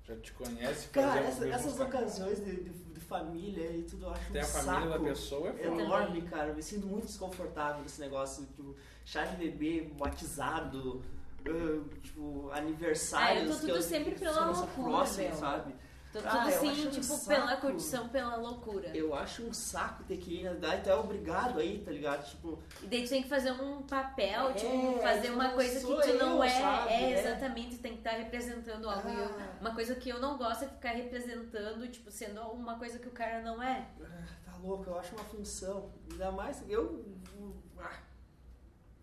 [SPEAKER 4] já te conhece, por
[SPEAKER 5] Cara,
[SPEAKER 4] exemplo,
[SPEAKER 5] essa-
[SPEAKER 4] é mesmo
[SPEAKER 5] essas
[SPEAKER 4] os pais-
[SPEAKER 5] ocasiões de, de- de família e tudo, eu acho
[SPEAKER 4] Tem
[SPEAKER 5] um
[SPEAKER 4] a família
[SPEAKER 5] saco.
[SPEAKER 4] da pessoa, é
[SPEAKER 5] É
[SPEAKER 4] foda.
[SPEAKER 5] enorme, cara. Eu me sinto muito desconfortável nesse negócio. Tipo, chá de bebê, batizado, ah, tipo,
[SPEAKER 3] Ah, eu
[SPEAKER 5] aniversários.
[SPEAKER 3] tô tudo
[SPEAKER 5] que
[SPEAKER 3] sempre
[SPEAKER 5] que
[SPEAKER 3] pela
[SPEAKER 5] são nossa
[SPEAKER 3] loucura,
[SPEAKER 5] próxima,
[SPEAKER 3] meu.
[SPEAKER 5] sabe?
[SPEAKER 3] Tô tudo
[SPEAKER 5] Ah, eu acho
[SPEAKER 3] assim,
[SPEAKER 5] um
[SPEAKER 3] tipo,
[SPEAKER 5] saco.
[SPEAKER 3] pela curtição, pela loucura.
[SPEAKER 5] Eu acho um saco ter que ir na idade, tu é obrigado aí, tá ligado? Tipo,
[SPEAKER 3] E daí tu tem que fazer um papel,
[SPEAKER 5] É,
[SPEAKER 3] tipo, fazer
[SPEAKER 5] tipo,
[SPEAKER 3] uma
[SPEAKER 5] não
[SPEAKER 3] coisa que
[SPEAKER 5] sou
[SPEAKER 3] tu não
[SPEAKER 5] eu,
[SPEAKER 3] é.
[SPEAKER 5] sabe?
[SPEAKER 3] é,
[SPEAKER 5] É.
[SPEAKER 3] exatamente, tu tem que estar representando algo.
[SPEAKER 5] Ah.
[SPEAKER 3] E eu- uma coisa que eu não gosto é ficar representando, tipo, sendo uma coisa que o cara não é.
[SPEAKER 5] tá louco, eu acho uma função. Ainda mais, eu ah,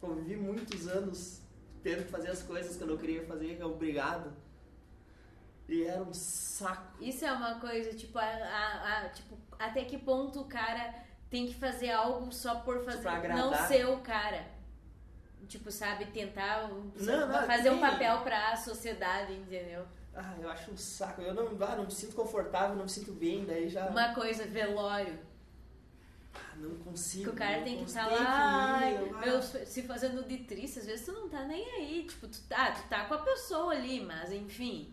[SPEAKER 5] convivi muitos anos tendo que fazer as coisas que eu não queria fazer, que é obrigado. E era um saco.
[SPEAKER 3] Isso é uma coisa, tipo, a, a- a- tipo, até que ponto o cara tem que fazer algo só por fazer.
[SPEAKER 5] Pra Tipo, agradar.
[SPEAKER 3] não ser o cara. Tipo, sabe, tentar um-
[SPEAKER 5] Não, não,
[SPEAKER 3] fazer um
[SPEAKER 5] sim.
[SPEAKER 3] papel pra sociedade, entendeu?
[SPEAKER 5] Ah, eu acho um saco. Eu não, ah, não me sinto confortável, não me sinto bem, daí já
[SPEAKER 3] Uma coisa, velório.
[SPEAKER 5] ah, não
[SPEAKER 3] Que
[SPEAKER 5] consigo.
[SPEAKER 3] o cara
[SPEAKER 5] não
[SPEAKER 3] tem que
[SPEAKER 5] consigo,
[SPEAKER 3] estar
[SPEAKER 5] tem
[SPEAKER 3] lá,
[SPEAKER 5] que ir,
[SPEAKER 3] ai,
[SPEAKER 5] eu- ah,
[SPEAKER 3] meu, se fazendo de triste, às vezes tu não tá nem aí. Tipo, tu tá, tu tá com a pessoa ali, mas enfim.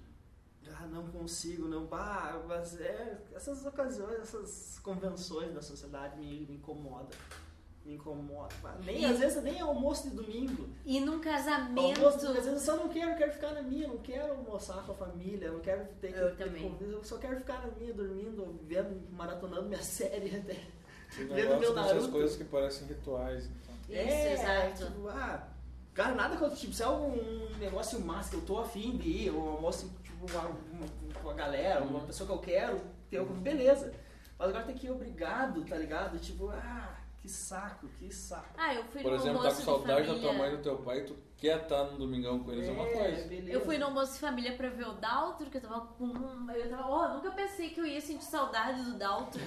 [SPEAKER 5] Ah, não consigo, não. Ah, mas é, essas ocasiões, essas convenções da sociedade me, me incomoda. Me incomoda. Ah, Nem,
[SPEAKER 3] E-
[SPEAKER 5] às vezes nem é almoço de domingo.
[SPEAKER 3] E num casamento.
[SPEAKER 5] Almoço, é- às vezes eu só não quero, eu quero ficar na minha, não quero almoçar com a família, não quero ter que
[SPEAKER 3] Eu
[SPEAKER 5] ter
[SPEAKER 3] também.
[SPEAKER 5] convívio, eu só quero ficar na minha, dormindo, vendo, maratonando minha série até.
[SPEAKER 4] Esse
[SPEAKER 5] Lembra
[SPEAKER 4] negócio
[SPEAKER 5] meu
[SPEAKER 4] né? dessas
[SPEAKER 5] Naruto?
[SPEAKER 4] coisas que parecem rituais. Então.
[SPEAKER 3] Isso, exato.
[SPEAKER 5] Tipo, ah, cara, nada contra, tipo, se é um negócio massa que eu tô afim de ir, um almoço, tipo, uma, uma, com a galera,
[SPEAKER 3] Uhum.
[SPEAKER 5] uma pessoa que eu quero, ter algum, beleza. Mas agora tem que ir obrigado, tá ligado? Tipo, ah, que saco, que saco.
[SPEAKER 3] Ah, eu fui
[SPEAKER 4] Por
[SPEAKER 3] num
[SPEAKER 4] exemplo, tá
[SPEAKER 3] almoço
[SPEAKER 4] com
[SPEAKER 3] de
[SPEAKER 4] saudade da
[SPEAKER 3] família.
[SPEAKER 4] tua mãe e do teu pai, tu quer estar no domingão com eles, é uma coisa.
[SPEAKER 5] beleza.
[SPEAKER 3] Eu fui no almoço de família pra ver o Daltro, que eu tava com. um- Eu tava. Oh, eu nunca pensei que eu ia sentir saudade do Daltro.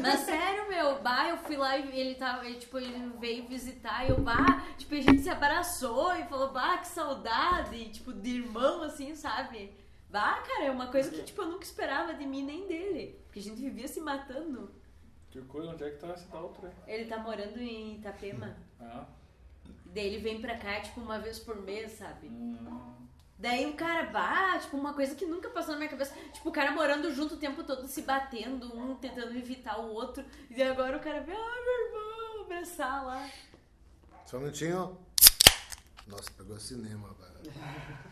[SPEAKER 3] Mas sério, meu, bah, eu fui lá e ele tava. Ele, tipo, ele veio visitar e eu, bah, tipo, a gente se abraçou e falou, bah, que saudade, e, tipo, de irmão, assim, sabe? Bah, cara, é uma coisa que, tipo, eu nunca esperava de mim nem dele. Porque a gente vivia se matando.
[SPEAKER 4] Que coisa, onde é que tá esse outro aí?
[SPEAKER 3] Ele tá morando em Itapema.
[SPEAKER 4] Ah,
[SPEAKER 3] Daí ele vem pra cá, tipo, uma vez por mês, sabe?
[SPEAKER 4] hum.
[SPEAKER 3] Daí o cara bate, tipo, uma coisa que nunca passou na minha cabeça. Tipo, o cara morando junto o tempo todo, se batendo, um tentando evitar o outro. E agora o cara vê, ah, meu irmão, abraçar lá.
[SPEAKER 2] Só um minutinho. Nossa, pegou cinema, cara.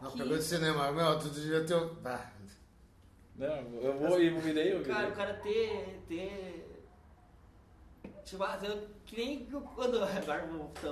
[SPEAKER 2] Não,
[SPEAKER 3] Que
[SPEAKER 2] pegou de cinema. Meu, tu devia ter. um- Bah.
[SPEAKER 4] Não, né? eu vou e virei, eu virei.
[SPEAKER 5] Cara, o cara ter. ter... Tipo, ah, eu, que nem quando. Agora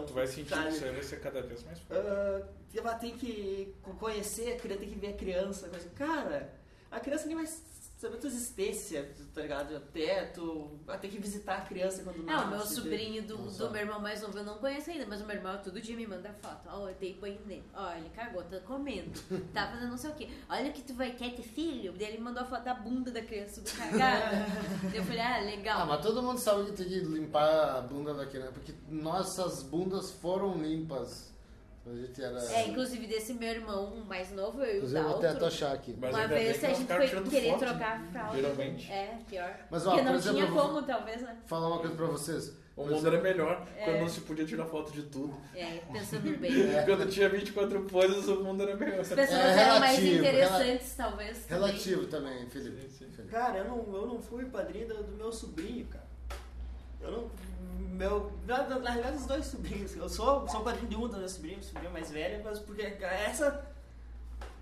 [SPEAKER 4] Tu vai sentir
[SPEAKER 5] Tá,
[SPEAKER 4] que isso aí vai ser cada vez mais forte.
[SPEAKER 5] Ah, ela tem que co- conhecer a criança, tem que ver a criança. Coisa. assim. Cara, a criança nem vai saber a tua existência, tá ligado? Até tu vai ter que visitar a criança quando
[SPEAKER 3] É,
[SPEAKER 5] nasce.
[SPEAKER 3] o meu
[SPEAKER 5] entendeu?
[SPEAKER 3] sobrinho do,
[SPEAKER 2] Nossa.
[SPEAKER 3] do meu irmão mais novo eu não conheço ainda, mas o meu irmão todo dia me manda foto. Ó, eu dei banho nele. Ó, ele cagou, tá comendo. Tá fazendo não sei o quê. Olha que tu vai, quer ter filho? Daí ele mandou a foto da bunda da criança do cagada. Daí eu falei, ah, legal.
[SPEAKER 2] Ah, mas todo mundo sabe que tem que limpar a bunda da criança, porque nossas bundas foram limpas. A gente era.
[SPEAKER 3] É, inclusive desse meu irmão mais novo, eu e o
[SPEAKER 2] Inclusive, eu vou até
[SPEAKER 3] Dalton.
[SPEAKER 2] achar aqui.
[SPEAKER 4] Mas
[SPEAKER 3] uma
[SPEAKER 4] ainda bem
[SPEAKER 3] vez
[SPEAKER 2] é
[SPEAKER 4] que
[SPEAKER 3] a
[SPEAKER 2] um
[SPEAKER 4] elas
[SPEAKER 3] gente
[SPEAKER 4] ficaram
[SPEAKER 3] foi
[SPEAKER 4] tirando
[SPEAKER 3] querer
[SPEAKER 4] foto,
[SPEAKER 3] trocar a fralda.
[SPEAKER 4] geralmente.
[SPEAKER 3] É, pior.
[SPEAKER 2] Mas, ó,
[SPEAKER 3] Porque
[SPEAKER 2] por
[SPEAKER 3] não
[SPEAKER 2] exemplo, eu
[SPEAKER 3] tinha
[SPEAKER 2] vou-
[SPEAKER 3] como, talvez, né?
[SPEAKER 2] Falar uma coisa pra vocês.
[SPEAKER 4] O
[SPEAKER 2] Por
[SPEAKER 4] mundo
[SPEAKER 2] exemplo,
[SPEAKER 4] era melhor,
[SPEAKER 5] É.
[SPEAKER 4] quando não se podia tirar foto de tudo.
[SPEAKER 3] É, pensando bem.
[SPEAKER 4] Quando tinha 24 poses, o mundo era melhor.
[SPEAKER 3] As pessoas
[SPEAKER 2] É,
[SPEAKER 3] eram mais
[SPEAKER 2] relativo,
[SPEAKER 3] interessantes, talvez. também.
[SPEAKER 2] Relativo também, Felipe.
[SPEAKER 4] Sim, sim.
[SPEAKER 2] Felipe.
[SPEAKER 5] Cara, eu não, eu não fui padrinho do, do meu sobrinho, cara. Eu não. Meu, na, na, na realidade, os dois sobrinhos. Eu sou, sou padrinho de um dos meus sobrinhos, sobrinho mais velho, mas porque essa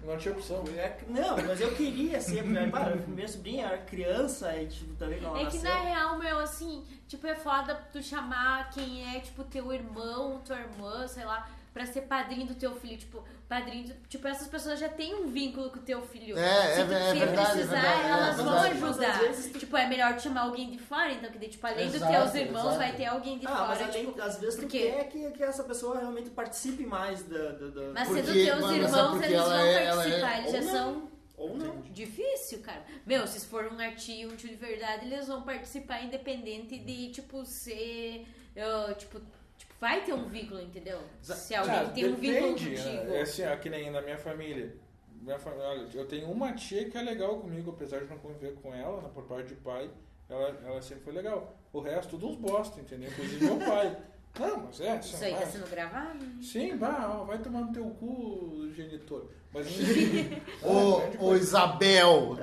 [SPEAKER 4] Não tinha opção.
[SPEAKER 5] É, Não, mas eu queria ser, porque, pá, minha sobrinha era criança e, tipo, também quando ela
[SPEAKER 3] É que
[SPEAKER 5] nasceu-
[SPEAKER 3] na real, meu, assim, tipo, é foda tu chamar quem é, tipo, teu irmão, tua irmã, sei lá, pra ser padrinho do teu filho. Tipo, padrinho. do- Tipo, essas pessoas já têm um vínculo com o teu filho.
[SPEAKER 2] É,
[SPEAKER 3] Se
[SPEAKER 2] é
[SPEAKER 3] tu
[SPEAKER 2] ve- é verdade,
[SPEAKER 3] se
[SPEAKER 2] é
[SPEAKER 3] precisar,
[SPEAKER 2] verdade, é
[SPEAKER 3] elas vão
[SPEAKER 2] verdade.
[SPEAKER 5] Mas
[SPEAKER 3] ajudar.
[SPEAKER 5] às vezes tu-
[SPEAKER 3] Tipo, é melhor te chamar alguém de fora, então, que daí, tipo, além
[SPEAKER 2] Exato,
[SPEAKER 3] dos teus irmãos,
[SPEAKER 2] exato.
[SPEAKER 3] vai ter alguém de
[SPEAKER 5] Ah, mas
[SPEAKER 3] fora.
[SPEAKER 5] além,
[SPEAKER 3] tipo,
[SPEAKER 5] às vezes tu
[SPEAKER 3] porque-
[SPEAKER 5] quer que, que essa pessoa realmente participe mais da... da, da-
[SPEAKER 3] Mas
[SPEAKER 2] Porque-
[SPEAKER 3] sendo teus
[SPEAKER 2] mas- mas é
[SPEAKER 3] irmãos,
[SPEAKER 2] porque
[SPEAKER 3] eles vão
[SPEAKER 2] ela é- ela é-
[SPEAKER 3] participar, eles
[SPEAKER 5] ou
[SPEAKER 3] já
[SPEAKER 5] não.
[SPEAKER 3] são
[SPEAKER 5] Ou não.
[SPEAKER 3] difícil, cara. Meu, se for um artigo, um tio de verdade, eles vão participar independente de, tipo, ser. ah, tipo, tipo, vai ter um vínculo, entendeu? Se alguém
[SPEAKER 4] Ah,
[SPEAKER 3] tem um vínculo
[SPEAKER 4] depende,
[SPEAKER 3] contigo.
[SPEAKER 4] É assim, ó, que nem na minha família. Minha fa- olha, eu tenho uma tia que é legal comigo, apesar de não conviver com ela, né, por parte de pai, ela, ela sempre foi legal. O resto, todos uns bosta, entendeu? Inclusive meu pai. Não, mas é.
[SPEAKER 3] Isso
[SPEAKER 4] são
[SPEAKER 3] aí tá
[SPEAKER 4] vários.
[SPEAKER 3] sendo gravado?
[SPEAKER 4] Sim, vá, ó, vai tomar no teu cu, genitor. Mas enfim. é,
[SPEAKER 2] Ô, ô Isabel!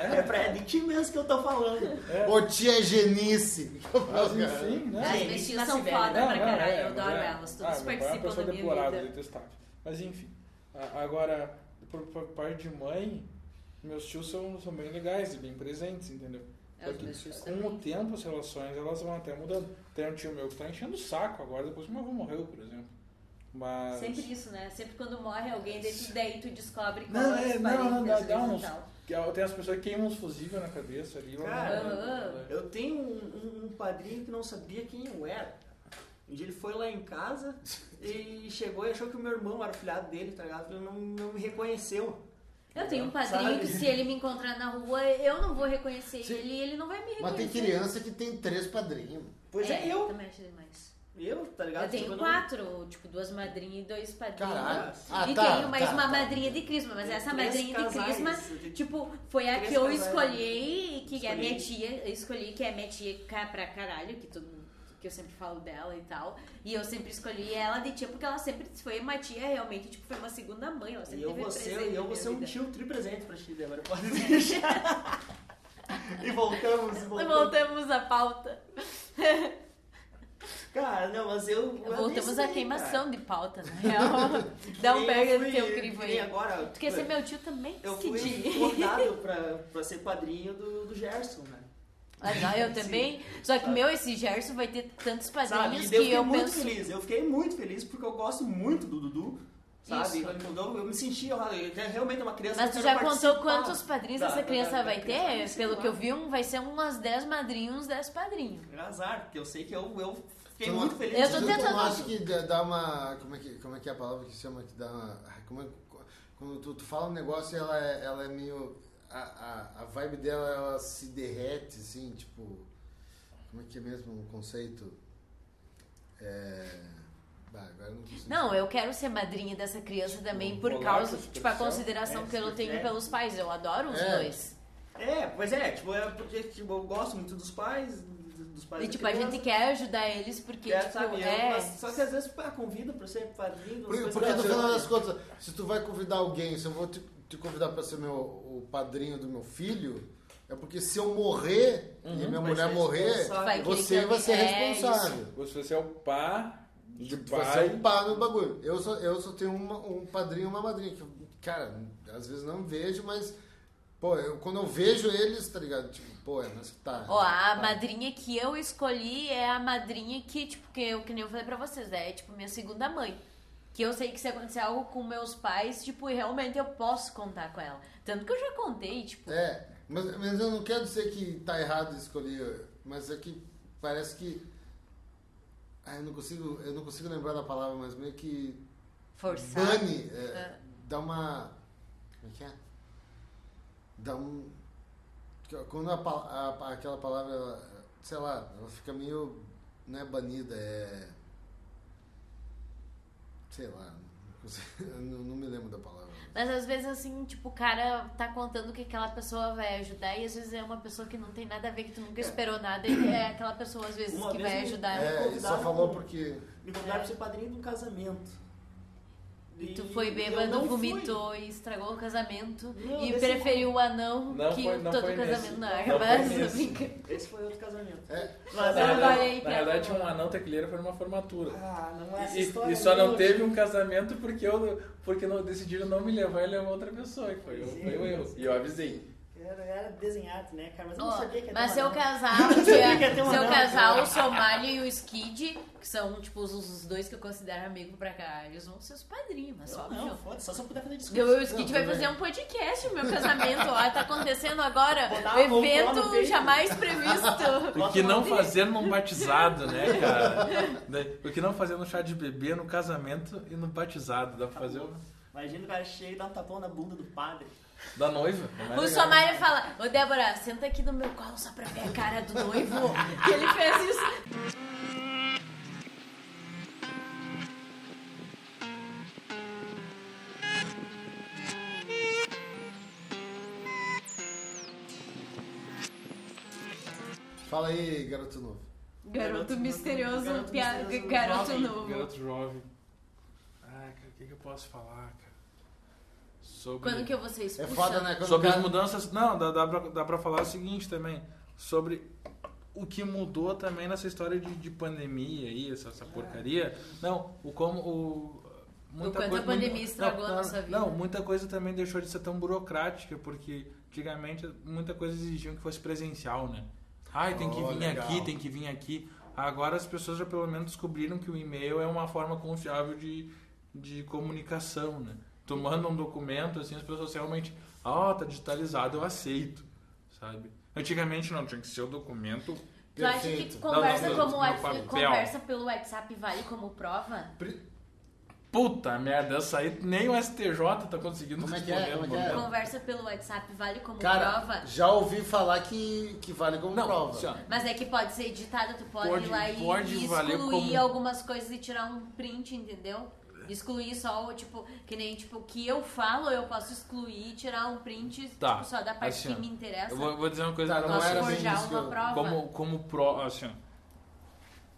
[SPEAKER 5] É pra é de ti mesmo que eu tô falando.
[SPEAKER 4] é,
[SPEAKER 2] Ô tia Genice!
[SPEAKER 4] mas enfim, né?
[SPEAKER 3] As
[SPEAKER 2] É,
[SPEAKER 5] Sim,
[SPEAKER 3] bestinhas
[SPEAKER 5] tá
[SPEAKER 3] são
[SPEAKER 5] se vendo.
[SPEAKER 3] foda
[SPEAKER 2] né?
[SPEAKER 5] Não,
[SPEAKER 3] pra caralho, eu
[SPEAKER 4] mas
[SPEAKER 3] adoro
[SPEAKER 4] é.
[SPEAKER 3] elas, todas
[SPEAKER 4] meu pai é uma
[SPEAKER 3] participam da
[SPEAKER 4] pessoa né?
[SPEAKER 3] minha
[SPEAKER 4] deplorável,
[SPEAKER 3] vida.
[SPEAKER 4] detestável. Mas enfim, A- agora, por, por parte de mãe, meus tios são, são bem legais e bem presentes, entendeu?
[SPEAKER 3] É, os
[SPEAKER 4] Porque
[SPEAKER 3] meus tios
[SPEAKER 4] com o
[SPEAKER 3] também.
[SPEAKER 4] tempo, as relações elas vão até mudando. Tem um tio meu que tá enchendo o saco agora, depois que meu avô morreu, por exemplo. Mas.
[SPEAKER 3] Sempre isso, né? Sempre quando morre alguém, daí tu, daí tu descobre qual
[SPEAKER 4] Não,
[SPEAKER 3] é
[SPEAKER 4] é,
[SPEAKER 3] os
[SPEAKER 4] não, não, dá-
[SPEAKER 3] parentes
[SPEAKER 4] dá
[SPEAKER 3] às
[SPEAKER 4] uns-
[SPEAKER 3] vezes e tal.
[SPEAKER 4] que a- Tem as pessoas que queimam uns fusíveis na cabeça ali. vão
[SPEAKER 5] Cara,
[SPEAKER 4] mandando, né?
[SPEAKER 5] Eu tenho um, um- um padrinho que não sabia quem eu era. Um dia ele foi lá em casa e chegou e achou que o meu irmão era o filhado dele, tá ligado? Ele não, não me reconheceu.
[SPEAKER 3] Eu tenho um padrinho
[SPEAKER 5] Sabe?
[SPEAKER 3] que se ele me encontrar na rua, eu não vou reconhecer
[SPEAKER 2] Sim.
[SPEAKER 3] ele e ele não vai me reconhecer.
[SPEAKER 2] Mas tem criança que tem três padrinhos.
[SPEAKER 5] Pois é,
[SPEAKER 3] eu.
[SPEAKER 5] eu.
[SPEAKER 3] também acho demais.
[SPEAKER 5] Eu, tá ligado?
[SPEAKER 3] Eu tenho
[SPEAKER 5] Tipo, não-
[SPEAKER 3] quatro, tipo, duas madrinhas e dois padrinhos.
[SPEAKER 2] Caralho.
[SPEAKER 3] e
[SPEAKER 2] Ah, tá,
[SPEAKER 3] tenho mais
[SPEAKER 2] tá,
[SPEAKER 3] uma
[SPEAKER 2] tá.
[SPEAKER 3] madrinha de crisma, mas
[SPEAKER 5] Tem
[SPEAKER 3] essa
[SPEAKER 5] três
[SPEAKER 3] madrinha de
[SPEAKER 5] casais.
[SPEAKER 3] crisma, tipo, foi a
[SPEAKER 5] Três
[SPEAKER 3] que eu
[SPEAKER 5] casais.
[SPEAKER 3] escolhi, e que é minha
[SPEAKER 5] Escolhi.
[SPEAKER 3] tia, eu escolhi que é minha tia ca- pra caralho, que todo mundo- que eu sempre falo dela e tal. E eu sempre escolhi ela de tia porque ela sempre foi uma tia realmente, tipo, foi uma segunda mãe, ela
[SPEAKER 5] E
[SPEAKER 3] sempre
[SPEAKER 5] eu
[SPEAKER 3] teve
[SPEAKER 5] vou
[SPEAKER 3] presente
[SPEAKER 5] ser,
[SPEAKER 3] na
[SPEAKER 5] e eu vou
[SPEAKER 3] minha
[SPEAKER 5] ser um
[SPEAKER 3] vida.
[SPEAKER 5] tio tri-presente pra ti, Débora. Pode deixar. e voltamos, e
[SPEAKER 3] Nós
[SPEAKER 5] voltamos.
[SPEAKER 3] Voltamos à pauta.
[SPEAKER 5] Cara, não, mas eu. eu
[SPEAKER 3] Voltamos
[SPEAKER 5] desse
[SPEAKER 3] à
[SPEAKER 5] aí,
[SPEAKER 3] queimação de pauta, na real. Dá um
[SPEAKER 5] Eu
[SPEAKER 3] pega no
[SPEAKER 5] fui-
[SPEAKER 3] teu crivo
[SPEAKER 5] que
[SPEAKER 3] aí.
[SPEAKER 5] nem agora.
[SPEAKER 3] Tu quer ser é meu tio também?
[SPEAKER 5] Eu
[SPEAKER 3] Que
[SPEAKER 5] fui um
[SPEAKER 3] dia.
[SPEAKER 5] convidado pra, pra ser padrinho do, do Gerson, né?
[SPEAKER 3] Ah, não, eu também. Só que,
[SPEAKER 5] Sabe?
[SPEAKER 3] meu, esse Gerson vai ter tantos
[SPEAKER 5] Ah. Sabe?
[SPEAKER 3] padrinhos
[SPEAKER 5] E daí eu
[SPEAKER 3] que
[SPEAKER 5] fiquei
[SPEAKER 3] eu
[SPEAKER 5] muito
[SPEAKER 3] penso.
[SPEAKER 5] feliz. Eu fiquei muito feliz porque eu gosto muito do Dudu. Sabe?
[SPEAKER 3] Isso.
[SPEAKER 5] Ele mudou, eu me senti honrado. Ele é realmente uma criança
[SPEAKER 3] Mas
[SPEAKER 5] que
[SPEAKER 3] tu
[SPEAKER 5] eu
[SPEAKER 3] já
[SPEAKER 5] quero
[SPEAKER 3] contou
[SPEAKER 5] participar
[SPEAKER 3] quantos padrinhos
[SPEAKER 5] da-
[SPEAKER 3] essa
[SPEAKER 5] da-
[SPEAKER 3] criança
[SPEAKER 5] da-
[SPEAKER 3] vai
[SPEAKER 5] da criança.
[SPEAKER 3] ter?
[SPEAKER 5] Sei é?
[SPEAKER 3] Pelo
[SPEAKER 5] lá.
[SPEAKER 3] que eu vi, um vai ser umas 10 madrinhos, uns 10 padrinhos.
[SPEAKER 5] É azar, porque eu sei que eu, eu fiquei
[SPEAKER 2] Então,
[SPEAKER 5] muito feliz.
[SPEAKER 3] Eu tô
[SPEAKER 2] Tu
[SPEAKER 3] tentando-
[SPEAKER 2] não acha que dá dá uma. Como é que, como é, que é a palavra que chama? Que dá uma, ai, como é- quando tu, tu fala um negócio e ela, é- ela é meio. A, a, a vibe dela ela se derrete, assim, tipo. Como é que é mesmo o conceito? É. Bah, agora eu não consigo.
[SPEAKER 3] Não, eu quero ser madrinha dessa criança
[SPEAKER 5] Tipo, um
[SPEAKER 3] também por
[SPEAKER 4] rolar
[SPEAKER 3] causa,
[SPEAKER 4] essa
[SPEAKER 3] tipo, a
[SPEAKER 4] expressão.
[SPEAKER 3] consideração
[SPEAKER 5] É,
[SPEAKER 3] que eu
[SPEAKER 5] se
[SPEAKER 3] tenho
[SPEAKER 5] quiser.
[SPEAKER 3] pelos pais. Eu adoro os
[SPEAKER 2] É.
[SPEAKER 3] dois.
[SPEAKER 5] É, pois é, tipo, é porque tipo, eu gosto muito dos pais, dos pais
[SPEAKER 3] E,
[SPEAKER 5] da
[SPEAKER 3] tipo, a
[SPEAKER 5] criança,
[SPEAKER 3] gente quer ajudar eles porque,
[SPEAKER 5] quer,
[SPEAKER 3] tipo,
[SPEAKER 5] sabe, eu-
[SPEAKER 3] é...
[SPEAKER 5] mas só que às vezes pá, convida pra ser padrinho.
[SPEAKER 2] Por-
[SPEAKER 5] umas
[SPEAKER 2] Porque
[SPEAKER 5] coisas
[SPEAKER 2] no
[SPEAKER 5] assim.
[SPEAKER 2] final das contas, se tu vai convidar alguém, se eu vou te, te convidar pra ser meu, o padrinho do meu filho, é porque se eu morrer
[SPEAKER 3] Uhum.
[SPEAKER 2] e minha
[SPEAKER 5] Vai
[SPEAKER 2] mulher
[SPEAKER 5] ser
[SPEAKER 2] morrer,
[SPEAKER 5] responsável.
[SPEAKER 3] Vai querer
[SPEAKER 2] você
[SPEAKER 3] que
[SPEAKER 2] vai ser
[SPEAKER 3] alguém- é,
[SPEAKER 2] responsável.
[SPEAKER 4] Você você é o pá de
[SPEAKER 2] Tu vai ser
[SPEAKER 4] pai.
[SPEAKER 2] um pá no bagulho. Eu só, eu só tenho uma- um padrinho e uma madrinha. Que, eu, cara, às vezes não vejo, mas. Pô, eu, quando eu vejo eles, tá ligado? Tipo, pô, é, mas tá.
[SPEAKER 3] Ó, a
[SPEAKER 2] tá.
[SPEAKER 3] madrinha que eu escolhi é a madrinha que, tipo, que eu, que nem eu falei pra vocês, né? É, tipo, minha segunda mãe. Que eu sei que se acontecer algo com meus pais, tipo, realmente eu posso contar com ela. Tanto que eu já contei, tipo...
[SPEAKER 2] É, mas, mas eu não quero dizer que tá errado escolher, mas é que parece que. Ah, eu não consigo, eu não consigo lembrar da palavra, mas meio que.
[SPEAKER 3] Forçar.
[SPEAKER 2] Bane. é,
[SPEAKER 3] É.
[SPEAKER 2] Dá uma. Como é que é? Dá um. Quando a, pa- a- a- aquela palavra, ela, sei lá, ela fica meio. Não é banida, é. Sei lá. não consigo- eu Não, não me lembro da palavra.
[SPEAKER 3] Mas às vezes, assim, tipo, o cara tá contando que aquela pessoa vai ajudar e às vezes é uma pessoa que não tem nada a ver, que tu nunca esperou nada e é aquela pessoa, às vezes,
[SPEAKER 5] Uma
[SPEAKER 3] que
[SPEAKER 5] vez
[SPEAKER 3] vai
[SPEAKER 5] me-
[SPEAKER 3] ajudar.
[SPEAKER 2] É, ele só
[SPEAKER 5] convidaram-
[SPEAKER 2] falou porque.
[SPEAKER 5] Me convidaram pra ser padrinho de um casamento.
[SPEAKER 3] E tu foi
[SPEAKER 5] eu
[SPEAKER 3] bêbado,
[SPEAKER 5] não fui.
[SPEAKER 3] vomitou e estragou o casamento.
[SPEAKER 5] Não,
[SPEAKER 3] e
[SPEAKER 5] desse-
[SPEAKER 3] preferiu o anão
[SPEAKER 4] Não
[SPEAKER 3] que
[SPEAKER 4] foi- não
[SPEAKER 3] todo
[SPEAKER 4] foi
[SPEAKER 3] casamento
[SPEAKER 4] nesse.
[SPEAKER 3] na
[SPEAKER 4] Não
[SPEAKER 3] arma.
[SPEAKER 4] foi
[SPEAKER 3] Mas
[SPEAKER 4] nesse.
[SPEAKER 3] fica-
[SPEAKER 5] Esse foi outro casamento.
[SPEAKER 2] É,
[SPEAKER 5] Mas
[SPEAKER 4] Na
[SPEAKER 3] Não,
[SPEAKER 5] era-
[SPEAKER 3] vai. né?
[SPEAKER 4] verdade, na verdade, um anão tequileiro foi numa formatura.
[SPEAKER 5] Ah, não é essa
[SPEAKER 4] E,
[SPEAKER 5] história.
[SPEAKER 4] e só não
[SPEAKER 5] meu.
[SPEAKER 4] teve um casamento porque, eu, porque não, decidiram não me levar e levar outra pessoa. E foi, eu, foi o erro. E eu avisei.
[SPEAKER 5] Era, era desenhado, né, cara? Mas eu
[SPEAKER 3] Ó,
[SPEAKER 5] não sabia que era
[SPEAKER 3] mas
[SPEAKER 5] uma
[SPEAKER 3] seu
[SPEAKER 5] dama.
[SPEAKER 3] casal,
[SPEAKER 5] sabia que ia ter
[SPEAKER 3] tia,
[SPEAKER 5] um
[SPEAKER 3] seu
[SPEAKER 5] anão.
[SPEAKER 3] casal, o Somália e o Skid, que são tipo os, os dois que eu considero amigo pra cá, eles vão ser os padrinhos, mas
[SPEAKER 5] Eu
[SPEAKER 3] óbvio.
[SPEAKER 5] Não, foda-se, só se eu puder fazer
[SPEAKER 3] Eu,
[SPEAKER 5] desculpa.
[SPEAKER 3] o Skid
[SPEAKER 2] Não,
[SPEAKER 3] vai
[SPEAKER 2] tudo
[SPEAKER 3] fazer um podcast, meu casamento, ó, tá acontecendo agora,
[SPEAKER 5] Botar
[SPEAKER 3] o
[SPEAKER 5] a mão lá no
[SPEAKER 3] evento
[SPEAKER 5] peito.
[SPEAKER 3] jamais previsto.
[SPEAKER 4] O que não fazer num batizado, né, cara? Né? O que não fazer no chá de bebê, no casamento e no batizado. Dá pra fazer o...
[SPEAKER 5] Imagina o cara cheio e dá um tapão na bunda do padre.
[SPEAKER 4] da noiva. não é
[SPEAKER 3] O
[SPEAKER 4] legal.
[SPEAKER 3] Somália fala, ô Débora, senta aqui no meu colo só pra ver a cara do noivo. que ele fez isso.
[SPEAKER 2] Fala aí, garoto novo.
[SPEAKER 3] Garoto
[SPEAKER 5] Garoto
[SPEAKER 3] misterioso,
[SPEAKER 5] novo, garoto
[SPEAKER 3] pia-
[SPEAKER 5] misterioso,
[SPEAKER 3] garoto
[SPEAKER 5] jovem,
[SPEAKER 3] novo.
[SPEAKER 4] Um Garoto jovem. Ah, cara, o que, que eu posso falar, cara? Sobre...
[SPEAKER 3] Quando que eu vou ser
[SPEAKER 2] É
[SPEAKER 3] expulsa?
[SPEAKER 2] foda, né? Quando
[SPEAKER 4] Sobre
[SPEAKER 2] o
[SPEAKER 4] as
[SPEAKER 2] cara-
[SPEAKER 4] mudanças. Não, dá, dá, pra, dá pra falar o seguinte também. Sobre o que mudou também nessa história de, de pandemia aí, essa,
[SPEAKER 3] É.
[SPEAKER 4] essa porcaria. Não, o como. O,
[SPEAKER 3] O quanto a pandemia estragou a
[SPEAKER 4] não,
[SPEAKER 3] nossa vida.
[SPEAKER 4] Não, muita coisa também deixou de ser tão burocrática, porque antigamente muita coisa exigiam que fosse presencial, né? Ai, tem que
[SPEAKER 2] Oh,
[SPEAKER 4] vir
[SPEAKER 2] legal.
[SPEAKER 4] aqui, tem que vir aqui. Agora as pessoas já pelo menos descobriram que o e-mail é uma forma confiável de, de comunicação, né? Tu manda um documento, assim, as pessoas realmente, ah, tá digitalizado, eu aceito, sabe? Antigamente não, tinha que ser o documento.
[SPEAKER 3] Tu acha
[SPEAKER 2] Perfeito.
[SPEAKER 3] Então, que conversa,
[SPEAKER 4] Não, não,
[SPEAKER 3] como
[SPEAKER 4] não,
[SPEAKER 3] Whats-
[SPEAKER 4] papel.
[SPEAKER 3] conversa pelo WhatsApp vale como prova?
[SPEAKER 4] pri- Puta merda, essa aí nem o STJ tá conseguindo
[SPEAKER 2] Como é que é?
[SPEAKER 4] responder no
[SPEAKER 2] Como é que é?
[SPEAKER 4] momento.
[SPEAKER 3] Conversa pelo WhatsApp vale como
[SPEAKER 2] Cara,
[SPEAKER 3] prova?
[SPEAKER 2] já ouvi falar que, que vale como
[SPEAKER 4] Não,
[SPEAKER 2] prova.
[SPEAKER 4] assim, ó,
[SPEAKER 3] Mas é que pode ser editada, tu pode,
[SPEAKER 4] Pode-
[SPEAKER 3] ir lá e
[SPEAKER 4] pode
[SPEAKER 3] e
[SPEAKER 4] valer
[SPEAKER 3] excluir
[SPEAKER 4] como-
[SPEAKER 3] algumas coisas e tirar um print, entendeu? Excluir só o tipo, que nem tipo, o que eu falo, eu posso excluir, tirar um print
[SPEAKER 4] Tá,
[SPEAKER 3] tipo, só da parte
[SPEAKER 4] assim, ó,
[SPEAKER 3] que me interessa.
[SPEAKER 4] Eu vou, vou dizer uma coisa
[SPEAKER 2] Tá,
[SPEAKER 4] pra
[SPEAKER 2] não assim.
[SPEAKER 3] Posso
[SPEAKER 4] vocês.
[SPEAKER 2] era bem
[SPEAKER 3] forjar
[SPEAKER 2] isso que
[SPEAKER 3] uma
[SPEAKER 2] eu-
[SPEAKER 3] prova.
[SPEAKER 4] Como, como pro, assim, ó,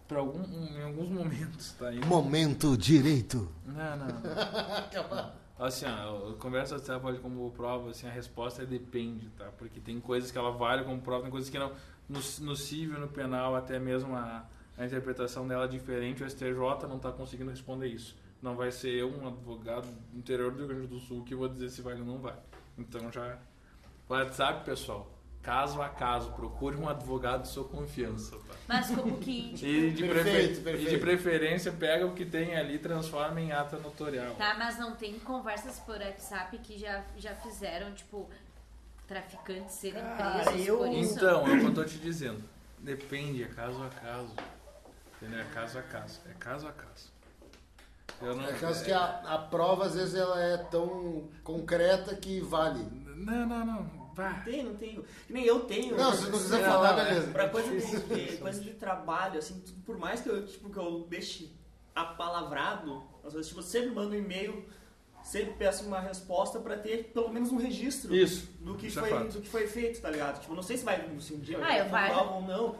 [SPEAKER 4] pra algum, em alguns momentos, tá aí.
[SPEAKER 2] Momento direito.
[SPEAKER 4] Não, não. não. assim, ó, eu converso até vale como prova, assim, a resposta é depende, tá? Porque tem coisas que ela vale como prova, tem coisas que não. No, no civil, no penal, até mesmo a, a interpretação dela é diferente, o STJ não tá conseguindo responder isso. Não vai ser eu, um advogado do interior do Rio Grande do Sul, que vou dizer se vale ou não vale. Então já. WhatsApp, pessoal. Caso a caso, procure um advogado de sua confiança, tá?
[SPEAKER 3] Mas como que.
[SPEAKER 4] E de, prefe-
[SPEAKER 2] Perfeito,
[SPEAKER 4] e de
[SPEAKER 2] perfeito.
[SPEAKER 4] preferência pega o que tem ali e transforma em ata notorial.
[SPEAKER 3] Tá, mas não tem conversas por WhatsApp que já, já fizeram, tipo, traficantes serem
[SPEAKER 5] Cara,
[SPEAKER 3] presos
[SPEAKER 5] eu-
[SPEAKER 3] por isso?
[SPEAKER 4] Então, é o que eu tô te dizendo. Depende, é caso a caso. Entendeu? É caso a caso. É caso a caso. Eu não,
[SPEAKER 2] É caso que a, a prova, às vezes, ela é tão concreta que vale.
[SPEAKER 4] Não, não, não.
[SPEAKER 5] Não
[SPEAKER 4] Vá.
[SPEAKER 5] tem, não tem. Que Nem eu tenho.
[SPEAKER 2] Não, se não quiser
[SPEAKER 4] Não,
[SPEAKER 2] falar,
[SPEAKER 4] não, é.
[SPEAKER 2] beleza.
[SPEAKER 5] Pra coisa
[SPEAKER 4] difícil.
[SPEAKER 5] de, de- coisa de trabalho, assim, tu- por mais que eu, tipo, que eu deixe apalavrado, às vezes, tipo, eu sempre mando um e-mail, sempre peço uma resposta pra ter pelo menos um registro
[SPEAKER 4] Isso.
[SPEAKER 5] do que,
[SPEAKER 4] Isso é
[SPEAKER 5] foi,
[SPEAKER 4] fato.
[SPEAKER 5] do que foi feito, tá ligado? Tipo, não sei se vai, se um dia
[SPEAKER 3] Ah,
[SPEAKER 5] vai
[SPEAKER 3] eu
[SPEAKER 5] ficar
[SPEAKER 3] vai-
[SPEAKER 5] mal ou não.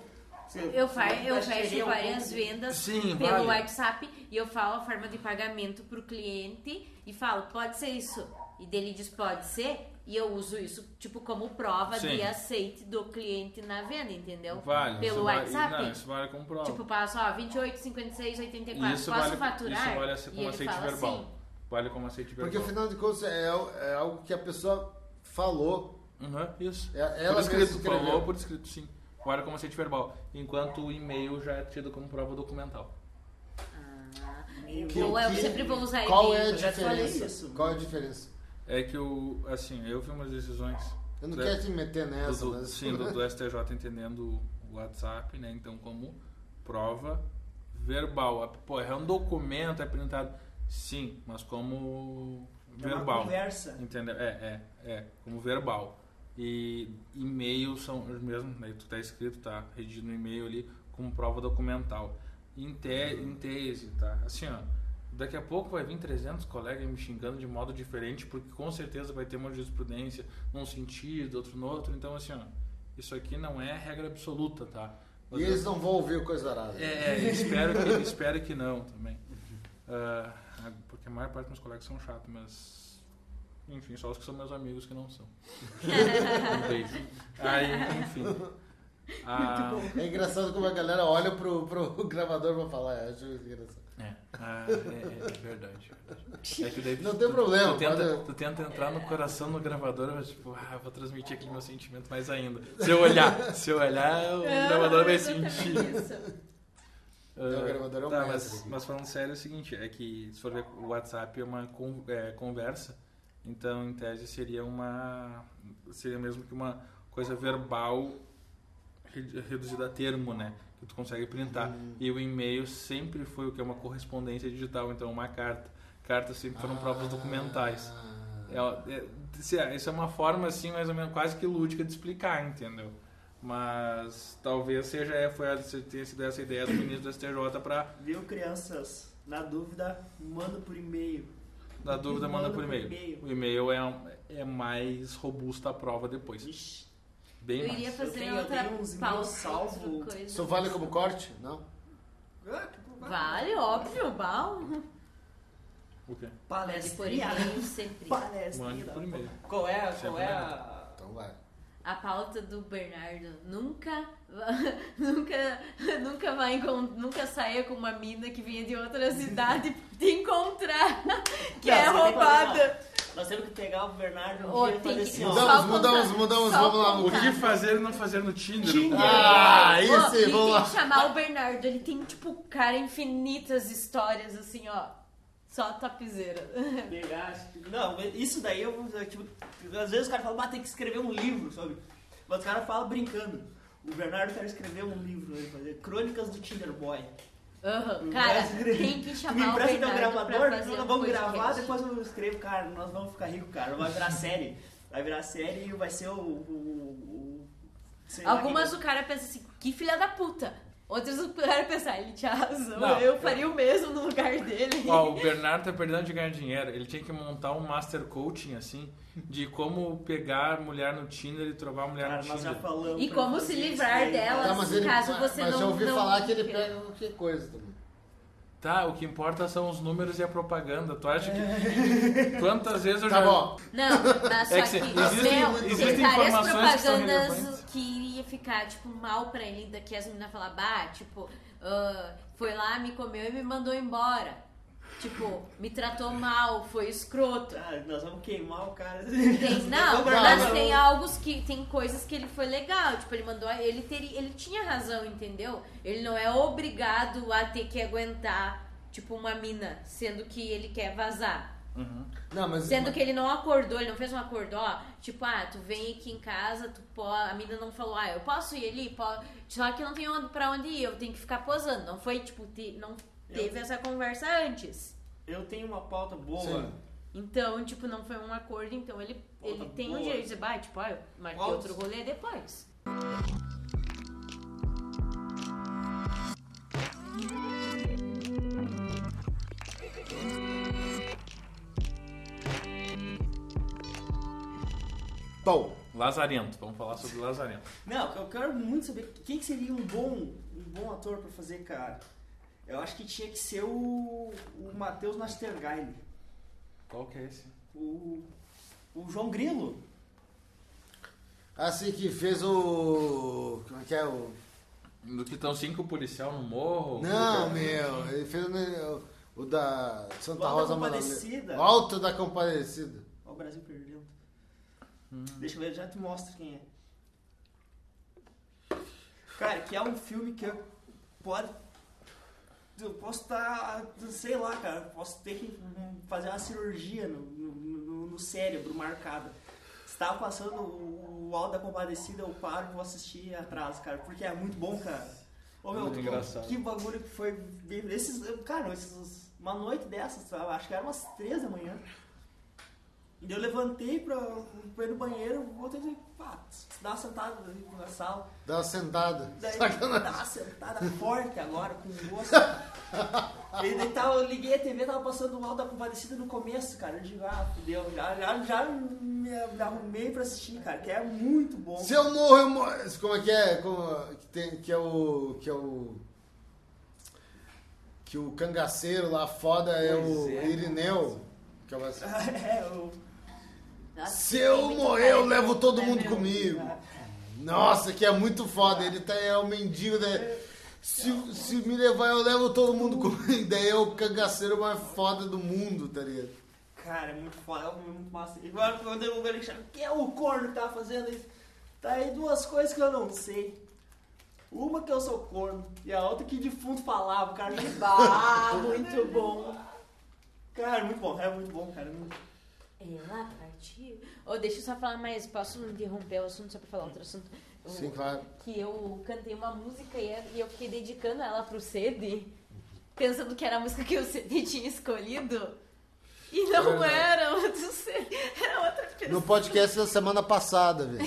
[SPEAKER 5] Se-
[SPEAKER 3] Eu, fa
[SPEAKER 5] se
[SPEAKER 3] eu
[SPEAKER 5] vai gerir
[SPEAKER 3] fecho
[SPEAKER 5] algum-
[SPEAKER 3] várias vendas
[SPEAKER 4] Sim,
[SPEAKER 3] pelo
[SPEAKER 4] vale.
[SPEAKER 3] WhatsApp e eu falo a forma de pagamento pro cliente e falo, pode ser isso. E dele diz, pode ser. E eu uso isso, tipo, como prova
[SPEAKER 4] Sim.
[SPEAKER 3] de aceite do cliente na venda, entendeu?
[SPEAKER 4] Vale.
[SPEAKER 3] pelo
[SPEAKER 4] isso
[SPEAKER 3] WhatsApp.
[SPEAKER 4] Vale, não, isso vale como prova.
[SPEAKER 3] Tipo, passo, ó, 28, 56, 84.
[SPEAKER 4] isso
[SPEAKER 3] posso
[SPEAKER 4] vale,
[SPEAKER 3] faturar?
[SPEAKER 4] Isso vale assim,
[SPEAKER 3] e
[SPEAKER 4] como
[SPEAKER 3] ele
[SPEAKER 4] aceite
[SPEAKER 3] fala
[SPEAKER 4] verbal.
[SPEAKER 3] assim.
[SPEAKER 4] Vale como aceite
[SPEAKER 2] Porque,
[SPEAKER 4] verbal.
[SPEAKER 2] afinal de contas, é, é algo que a pessoa falou.
[SPEAKER 4] Uhum, isso.
[SPEAKER 2] É- Ela
[SPEAKER 4] por escrito,
[SPEAKER 2] mesma escreveu.
[SPEAKER 4] falou, por escrito, sim. Vale como aceite verbal. Enquanto o e-mail já é tido como prova documental.
[SPEAKER 3] Ah,
[SPEAKER 5] E-
[SPEAKER 2] Que-
[SPEAKER 3] ou eu
[SPEAKER 2] que-
[SPEAKER 3] sempre vou usar
[SPEAKER 2] Qual é a
[SPEAKER 3] e-mail.
[SPEAKER 5] Eu já te falei
[SPEAKER 2] diferença?
[SPEAKER 5] isso.
[SPEAKER 2] Qual é a diferença?
[SPEAKER 4] É que o. Assim, eu vi umas decisões.
[SPEAKER 2] Eu não
[SPEAKER 4] É.
[SPEAKER 2] quero te meter nessa,
[SPEAKER 4] do,
[SPEAKER 2] mas...
[SPEAKER 4] Sim, do, do STJ entendendo o WhatsApp, né? Então, como prova verbal. Pô, é um documento, é printado. Sim, mas como
[SPEAKER 5] É uma
[SPEAKER 4] verbal.
[SPEAKER 5] conversa.
[SPEAKER 4] Entendeu? É, é, é. Como verbal. E e-mail são os mesmos, né? Tu tá escrito, tá redigido no e-mail ali como prova documental. Em, te, em tese, tá? Assim, ó. Daqui a pouco vai vir 300 colegas me xingando de modo diferente, porque com certeza vai ter uma jurisprudência num sentido, outro no outro. Então, assim, ó. Isso aqui não é regra absoluta, tá? Mas
[SPEAKER 2] E
[SPEAKER 4] eu-
[SPEAKER 2] eles não vão ouvir o coisa arada.
[SPEAKER 4] é, é, espero que, espero que não também. Ah, porque a maior parte dos meus colegas são chatos, mas. Enfim, só os que são meus amigos que não são. Um beijo. Aí, enfim. Ah,
[SPEAKER 2] É engraçado como a galera olha pro, pro gravador pra falar. Eu acho engraçado.
[SPEAKER 4] é, ah, é, é, é verdade. É que daí tu-
[SPEAKER 2] Não tem
[SPEAKER 4] tu-
[SPEAKER 2] problema,
[SPEAKER 4] Tu tenta,
[SPEAKER 2] pode-
[SPEAKER 4] tu tenta entrar no coração do gravador, mas tipo, ah, eu vou transmitir aquele meu sentimento mais ainda. Se eu olhar, se eu olhar, o gravador vai
[SPEAKER 3] É,
[SPEAKER 4] sentir.
[SPEAKER 3] Exatamente isso.
[SPEAKER 2] Então, o gravador é um
[SPEAKER 4] tá,
[SPEAKER 2] mestre.
[SPEAKER 4] mas, mas falando sério é o seguinte, é que se for ver o WhatsApp é uma con- é, conversa, então em tese seria uma seria mesmo que uma coisa verbal re- reduzida a termo, né? Que tu consegue printar.
[SPEAKER 2] Hum.
[SPEAKER 4] E o e-mail sempre foi o que é uma correspondência digital, então uma carta. Cartas sempre foram provas documentais.
[SPEAKER 2] Ah.
[SPEAKER 4] É, é, se- é, isso é uma forma assim, mais ou menos quase que lúdica de explicar, entendeu? Mas talvez seja é, foi a, se- tenha sido essa ideia do ministro do STJ para
[SPEAKER 5] Viu, crianças? Na dúvida, manda por e-mail.
[SPEAKER 4] na dúvida manda por
[SPEAKER 5] Manda por
[SPEAKER 4] e-mail. O e-mail é, um- é mais robusta a prova depois.
[SPEAKER 5] Ixi.
[SPEAKER 4] Bem
[SPEAKER 3] eu iria
[SPEAKER 4] mais.
[SPEAKER 5] Eu
[SPEAKER 3] fazer
[SPEAKER 5] tenho- eu
[SPEAKER 3] outra
[SPEAKER 5] tenho
[SPEAKER 3] pauta,
[SPEAKER 5] uns e-mails salvo.
[SPEAKER 3] outra coisa.
[SPEAKER 2] Isso vale como corte? Não?
[SPEAKER 5] Ah, tipo, vai.
[SPEAKER 3] Vale, óbvio, bal.
[SPEAKER 4] O
[SPEAKER 3] Mas
[SPEAKER 4] quê?
[SPEAKER 3] por
[SPEAKER 5] Palestrinha.
[SPEAKER 3] e-mail sempre.
[SPEAKER 4] Mande
[SPEAKER 5] Palestrinha.
[SPEAKER 4] por e-mail.
[SPEAKER 5] Qual é,
[SPEAKER 4] Isso é
[SPEAKER 5] qual é a...
[SPEAKER 2] Então vai.
[SPEAKER 3] A pauta do Bernardo nunca, nunca, nunca vai encon- nunca saia com uma mina que vinha de outra cidade te encontrar que
[SPEAKER 5] Não,
[SPEAKER 3] é
[SPEAKER 5] você tem que
[SPEAKER 3] roubada.
[SPEAKER 5] Nós temos que pegar o Bernardo um
[SPEAKER 3] Ô,
[SPEAKER 5] dia e
[SPEAKER 3] tem
[SPEAKER 5] fazer
[SPEAKER 3] que-
[SPEAKER 5] assim,
[SPEAKER 3] Só
[SPEAKER 5] ó.
[SPEAKER 2] Mudamos, mudamos,
[SPEAKER 3] contar-
[SPEAKER 2] mudamos,
[SPEAKER 3] só
[SPEAKER 2] vamos lá.
[SPEAKER 4] Ah, O
[SPEAKER 3] contar.
[SPEAKER 4] que fazer e não fazer no Tinder?
[SPEAKER 5] Tinder.
[SPEAKER 2] Ah,
[SPEAKER 3] Ó,
[SPEAKER 2] esse,
[SPEAKER 3] e
[SPEAKER 2] vamos
[SPEAKER 3] tem
[SPEAKER 2] lá.
[SPEAKER 3] que chamar o Bernardo, ele tem tipo cara infinitas histórias assim, ó. Só topzeira.
[SPEAKER 5] Pegar, tipo, Não, isso daí eu, eu, tipo, às vezes os caras falam, ah, tem que escrever um livro, sabe? Mas os caras falam brincando. O Bernardo quer escrever um livro, ele fazer Crônicas do Tinder Boy.
[SPEAKER 3] Aham, Cara,
[SPEAKER 5] Mas-
[SPEAKER 3] tem que
[SPEAKER 5] Hum, Tu me
[SPEAKER 3] chamar o
[SPEAKER 5] empresta teu
[SPEAKER 3] Bernardo
[SPEAKER 5] gravador,
[SPEAKER 3] pra fazer
[SPEAKER 5] nós
[SPEAKER 3] um
[SPEAKER 5] vamos
[SPEAKER 3] podcast.
[SPEAKER 5] gravar, depois eu escrevo, cara, nós vamos ficar rico, cara, vai virar série. Vai virar série e vai ser o... o- o- sei lá,
[SPEAKER 3] Algumas
[SPEAKER 5] quem-
[SPEAKER 3] o cara pensa assim, que filha da puta. Outras o cara pensa, ele tinha razão,
[SPEAKER 4] Não,
[SPEAKER 3] eu faria o mesmo no lugar dele.
[SPEAKER 4] Ó, o Bernardo tá perdendo de ganhar dinheiro. Ele tinha que montar um master coaching, assim, de como pegar mulher no Tinder e trovar mulher
[SPEAKER 5] Cara,
[SPEAKER 4] no
[SPEAKER 5] nós
[SPEAKER 4] Tinder.
[SPEAKER 5] já falamos.
[SPEAKER 3] E
[SPEAKER 5] pra
[SPEAKER 3] como
[SPEAKER 5] fazer
[SPEAKER 3] se
[SPEAKER 5] isso
[SPEAKER 3] livrar
[SPEAKER 5] daí,
[SPEAKER 3] dela.
[SPEAKER 5] cara.
[SPEAKER 2] Tá, mas ele,
[SPEAKER 3] Caso você
[SPEAKER 2] mas
[SPEAKER 3] não-
[SPEAKER 2] eu ouvi
[SPEAKER 3] não
[SPEAKER 2] falar que ele
[SPEAKER 3] queira.
[SPEAKER 2] pega qualquer coisa também.
[SPEAKER 4] Tá, o que importa são os números e a propaganda. Tu acha que. Quantas vezes eu
[SPEAKER 2] Tá
[SPEAKER 4] já.
[SPEAKER 2] bom.
[SPEAKER 3] Não, mas só
[SPEAKER 4] É que
[SPEAKER 3] que,
[SPEAKER 4] se-
[SPEAKER 2] existem-
[SPEAKER 3] meu,
[SPEAKER 2] existem
[SPEAKER 3] tem várias
[SPEAKER 4] informações que são
[SPEAKER 3] propagandas
[SPEAKER 4] relevantes.
[SPEAKER 3] que, iria ficar, tipo, mal pra ele, daqui as meninas falar, bah, tipo, ah, foi lá, me comeu e me mandou embora. Tipo, me tratou mal, foi escroto.
[SPEAKER 5] Ah, nós vamos queimar o cara.
[SPEAKER 3] Tem, não,
[SPEAKER 5] Vamos guardar
[SPEAKER 3] mas assim,
[SPEAKER 5] o-
[SPEAKER 3] tem algo que tem coisas que ele foi legal, tipo ele mandou, ele teria, ele tinha razão, entendeu? Ele não é obrigado a ter que aguentar tipo uma mina, sendo que ele quer vazar.
[SPEAKER 2] Não, mas.
[SPEAKER 3] Sendo que ele não acordou, ele não fez um acordo, ó, tipo, ah, tu vem aqui em casa, tu po... a mina não falou, ah, eu posso ir ali, po... só que eu não tenho onde- pra onde ir, eu tenho que ficar posando. Não foi, tipo, te... não teve essa conversa antes.
[SPEAKER 5] Eu tenho uma pauta boa.
[SPEAKER 2] Sim.
[SPEAKER 3] Então, tipo, não foi um acordo, então ele,
[SPEAKER 5] Pô,
[SPEAKER 3] ele
[SPEAKER 5] tá
[SPEAKER 3] tem
[SPEAKER 5] boa.
[SPEAKER 3] o direito de dizer, bah, tipo, ah, eu marquei
[SPEAKER 5] Qual-
[SPEAKER 3] outro rolê depois.
[SPEAKER 2] Bom,
[SPEAKER 4] Lazarento, vamos falar sobre Lazarento.
[SPEAKER 5] Não, eu quero muito saber quem que seria um bom, um bom ator pra fazer, cara. Eu acho que tinha que ser o, o Matheus Nastergaile.
[SPEAKER 4] Qual que é esse?
[SPEAKER 5] O, o João Grilo.
[SPEAKER 2] assim que fez o. Como é que é o.
[SPEAKER 4] Do que estão cinco policial no morro?
[SPEAKER 2] Não, meu, ele fez o, o da Santa
[SPEAKER 5] O Alto
[SPEAKER 2] Rosa
[SPEAKER 5] da Compadecida.
[SPEAKER 2] Madalena. Alto da Compadecida.
[SPEAKER 5] Ó, o Brasil perdendo. Deixa eu ver, já te mostro quem é. Cara, que é um filme que eu pode. Eu posso estar. sei lá, cara. Posso ter que fazer uma cirurgia no, no- no- no cérebro marcada. Estava passando o, o Alto da Compadecida, eu paro e vou assistir atrás, cara. Porque é muito bom, cara. Ô, meu,
[SPEAKER 4] Muito engraçado.
[SPEAKER 5] que bagulho que foi. Esses, cara, esses, uma noite dessas, sabe? acho que era umas três da manhã. E eu levantei pra, pra ir no banheiro, voltei e pá, dá uma sentada ali na sala.
[SPEAKER 2] Dá uma sentada.
[SPEAKER 5] Daí dá
[SPEAKER 2] Sacanagem.
[SPEAKER 5] uma sentada forte agora, com gosto. e daí tava, eu liguei a TV, tava passando o Alto da Compadecida no começo, cara. Eu digo, ah, fudeu, já, já, já me, me arrumei pra assistir, cara, que é muito bom.
[SPEAKER 2] Se eu morro, eu morro. Como é que é? Como- que, tem- que é o. Que é o. Que o cangaceiro lá foda é o
[SPEAKER 5] Pois é,
[SPEAKER 2] Irineu. Que é o-
[SPEAKER 5] é, eu,
[SPEAKER 3] Nossa,
[SPEAKER 2] Se
[SPEAKER 3] tem
[SPEAKER 2] eu
[SPEAKER 3] muito
[SPEAKER 2] morrer, eu
[SPEAKER 3] cara que
[SPEAKER 2] levo todo
[SPEAKER 3] é
[SPEAKER 2] mundo
[SPEAKER 3] meu.
[SPEAKER 2] comigo. Nossa, que é muito foda. Ele tá, é o mendigo, né? Se, se me levar, eu levo todo mundo comigo. Daí é o cangaceiro mais foda do mundo, tá ligado?
[SPEAKER 5] Cara, é muito foda, é muito massa. E agora quando eu vejo que chama, que é o corno que tá fazendo isso? Tá aí duas coisas que eu não sei. Uma que eu sou corno e a outra que defunto falava, o cara. Ah, muito bom. Cara, muito bom, é muito bom, cara. muito-
[SPEAKER 3] Ela partiu. Oh, deixa eu só falar mais, posso interromper o assunto só pra falar outro assunto? O-
[SPEAKER 2] Sim, claro.
[SPEAKER 3] Que eu cantei uma música e e eu fiquei dedicando ela pro CD, pensando que era a música que o CD tinha escolhido. E não
[SPEAKER 2] É.
[SPEAKER 3] era o do CD, era outra pessoa.
[SPEAKER 2] No podcast da semana passada, velho.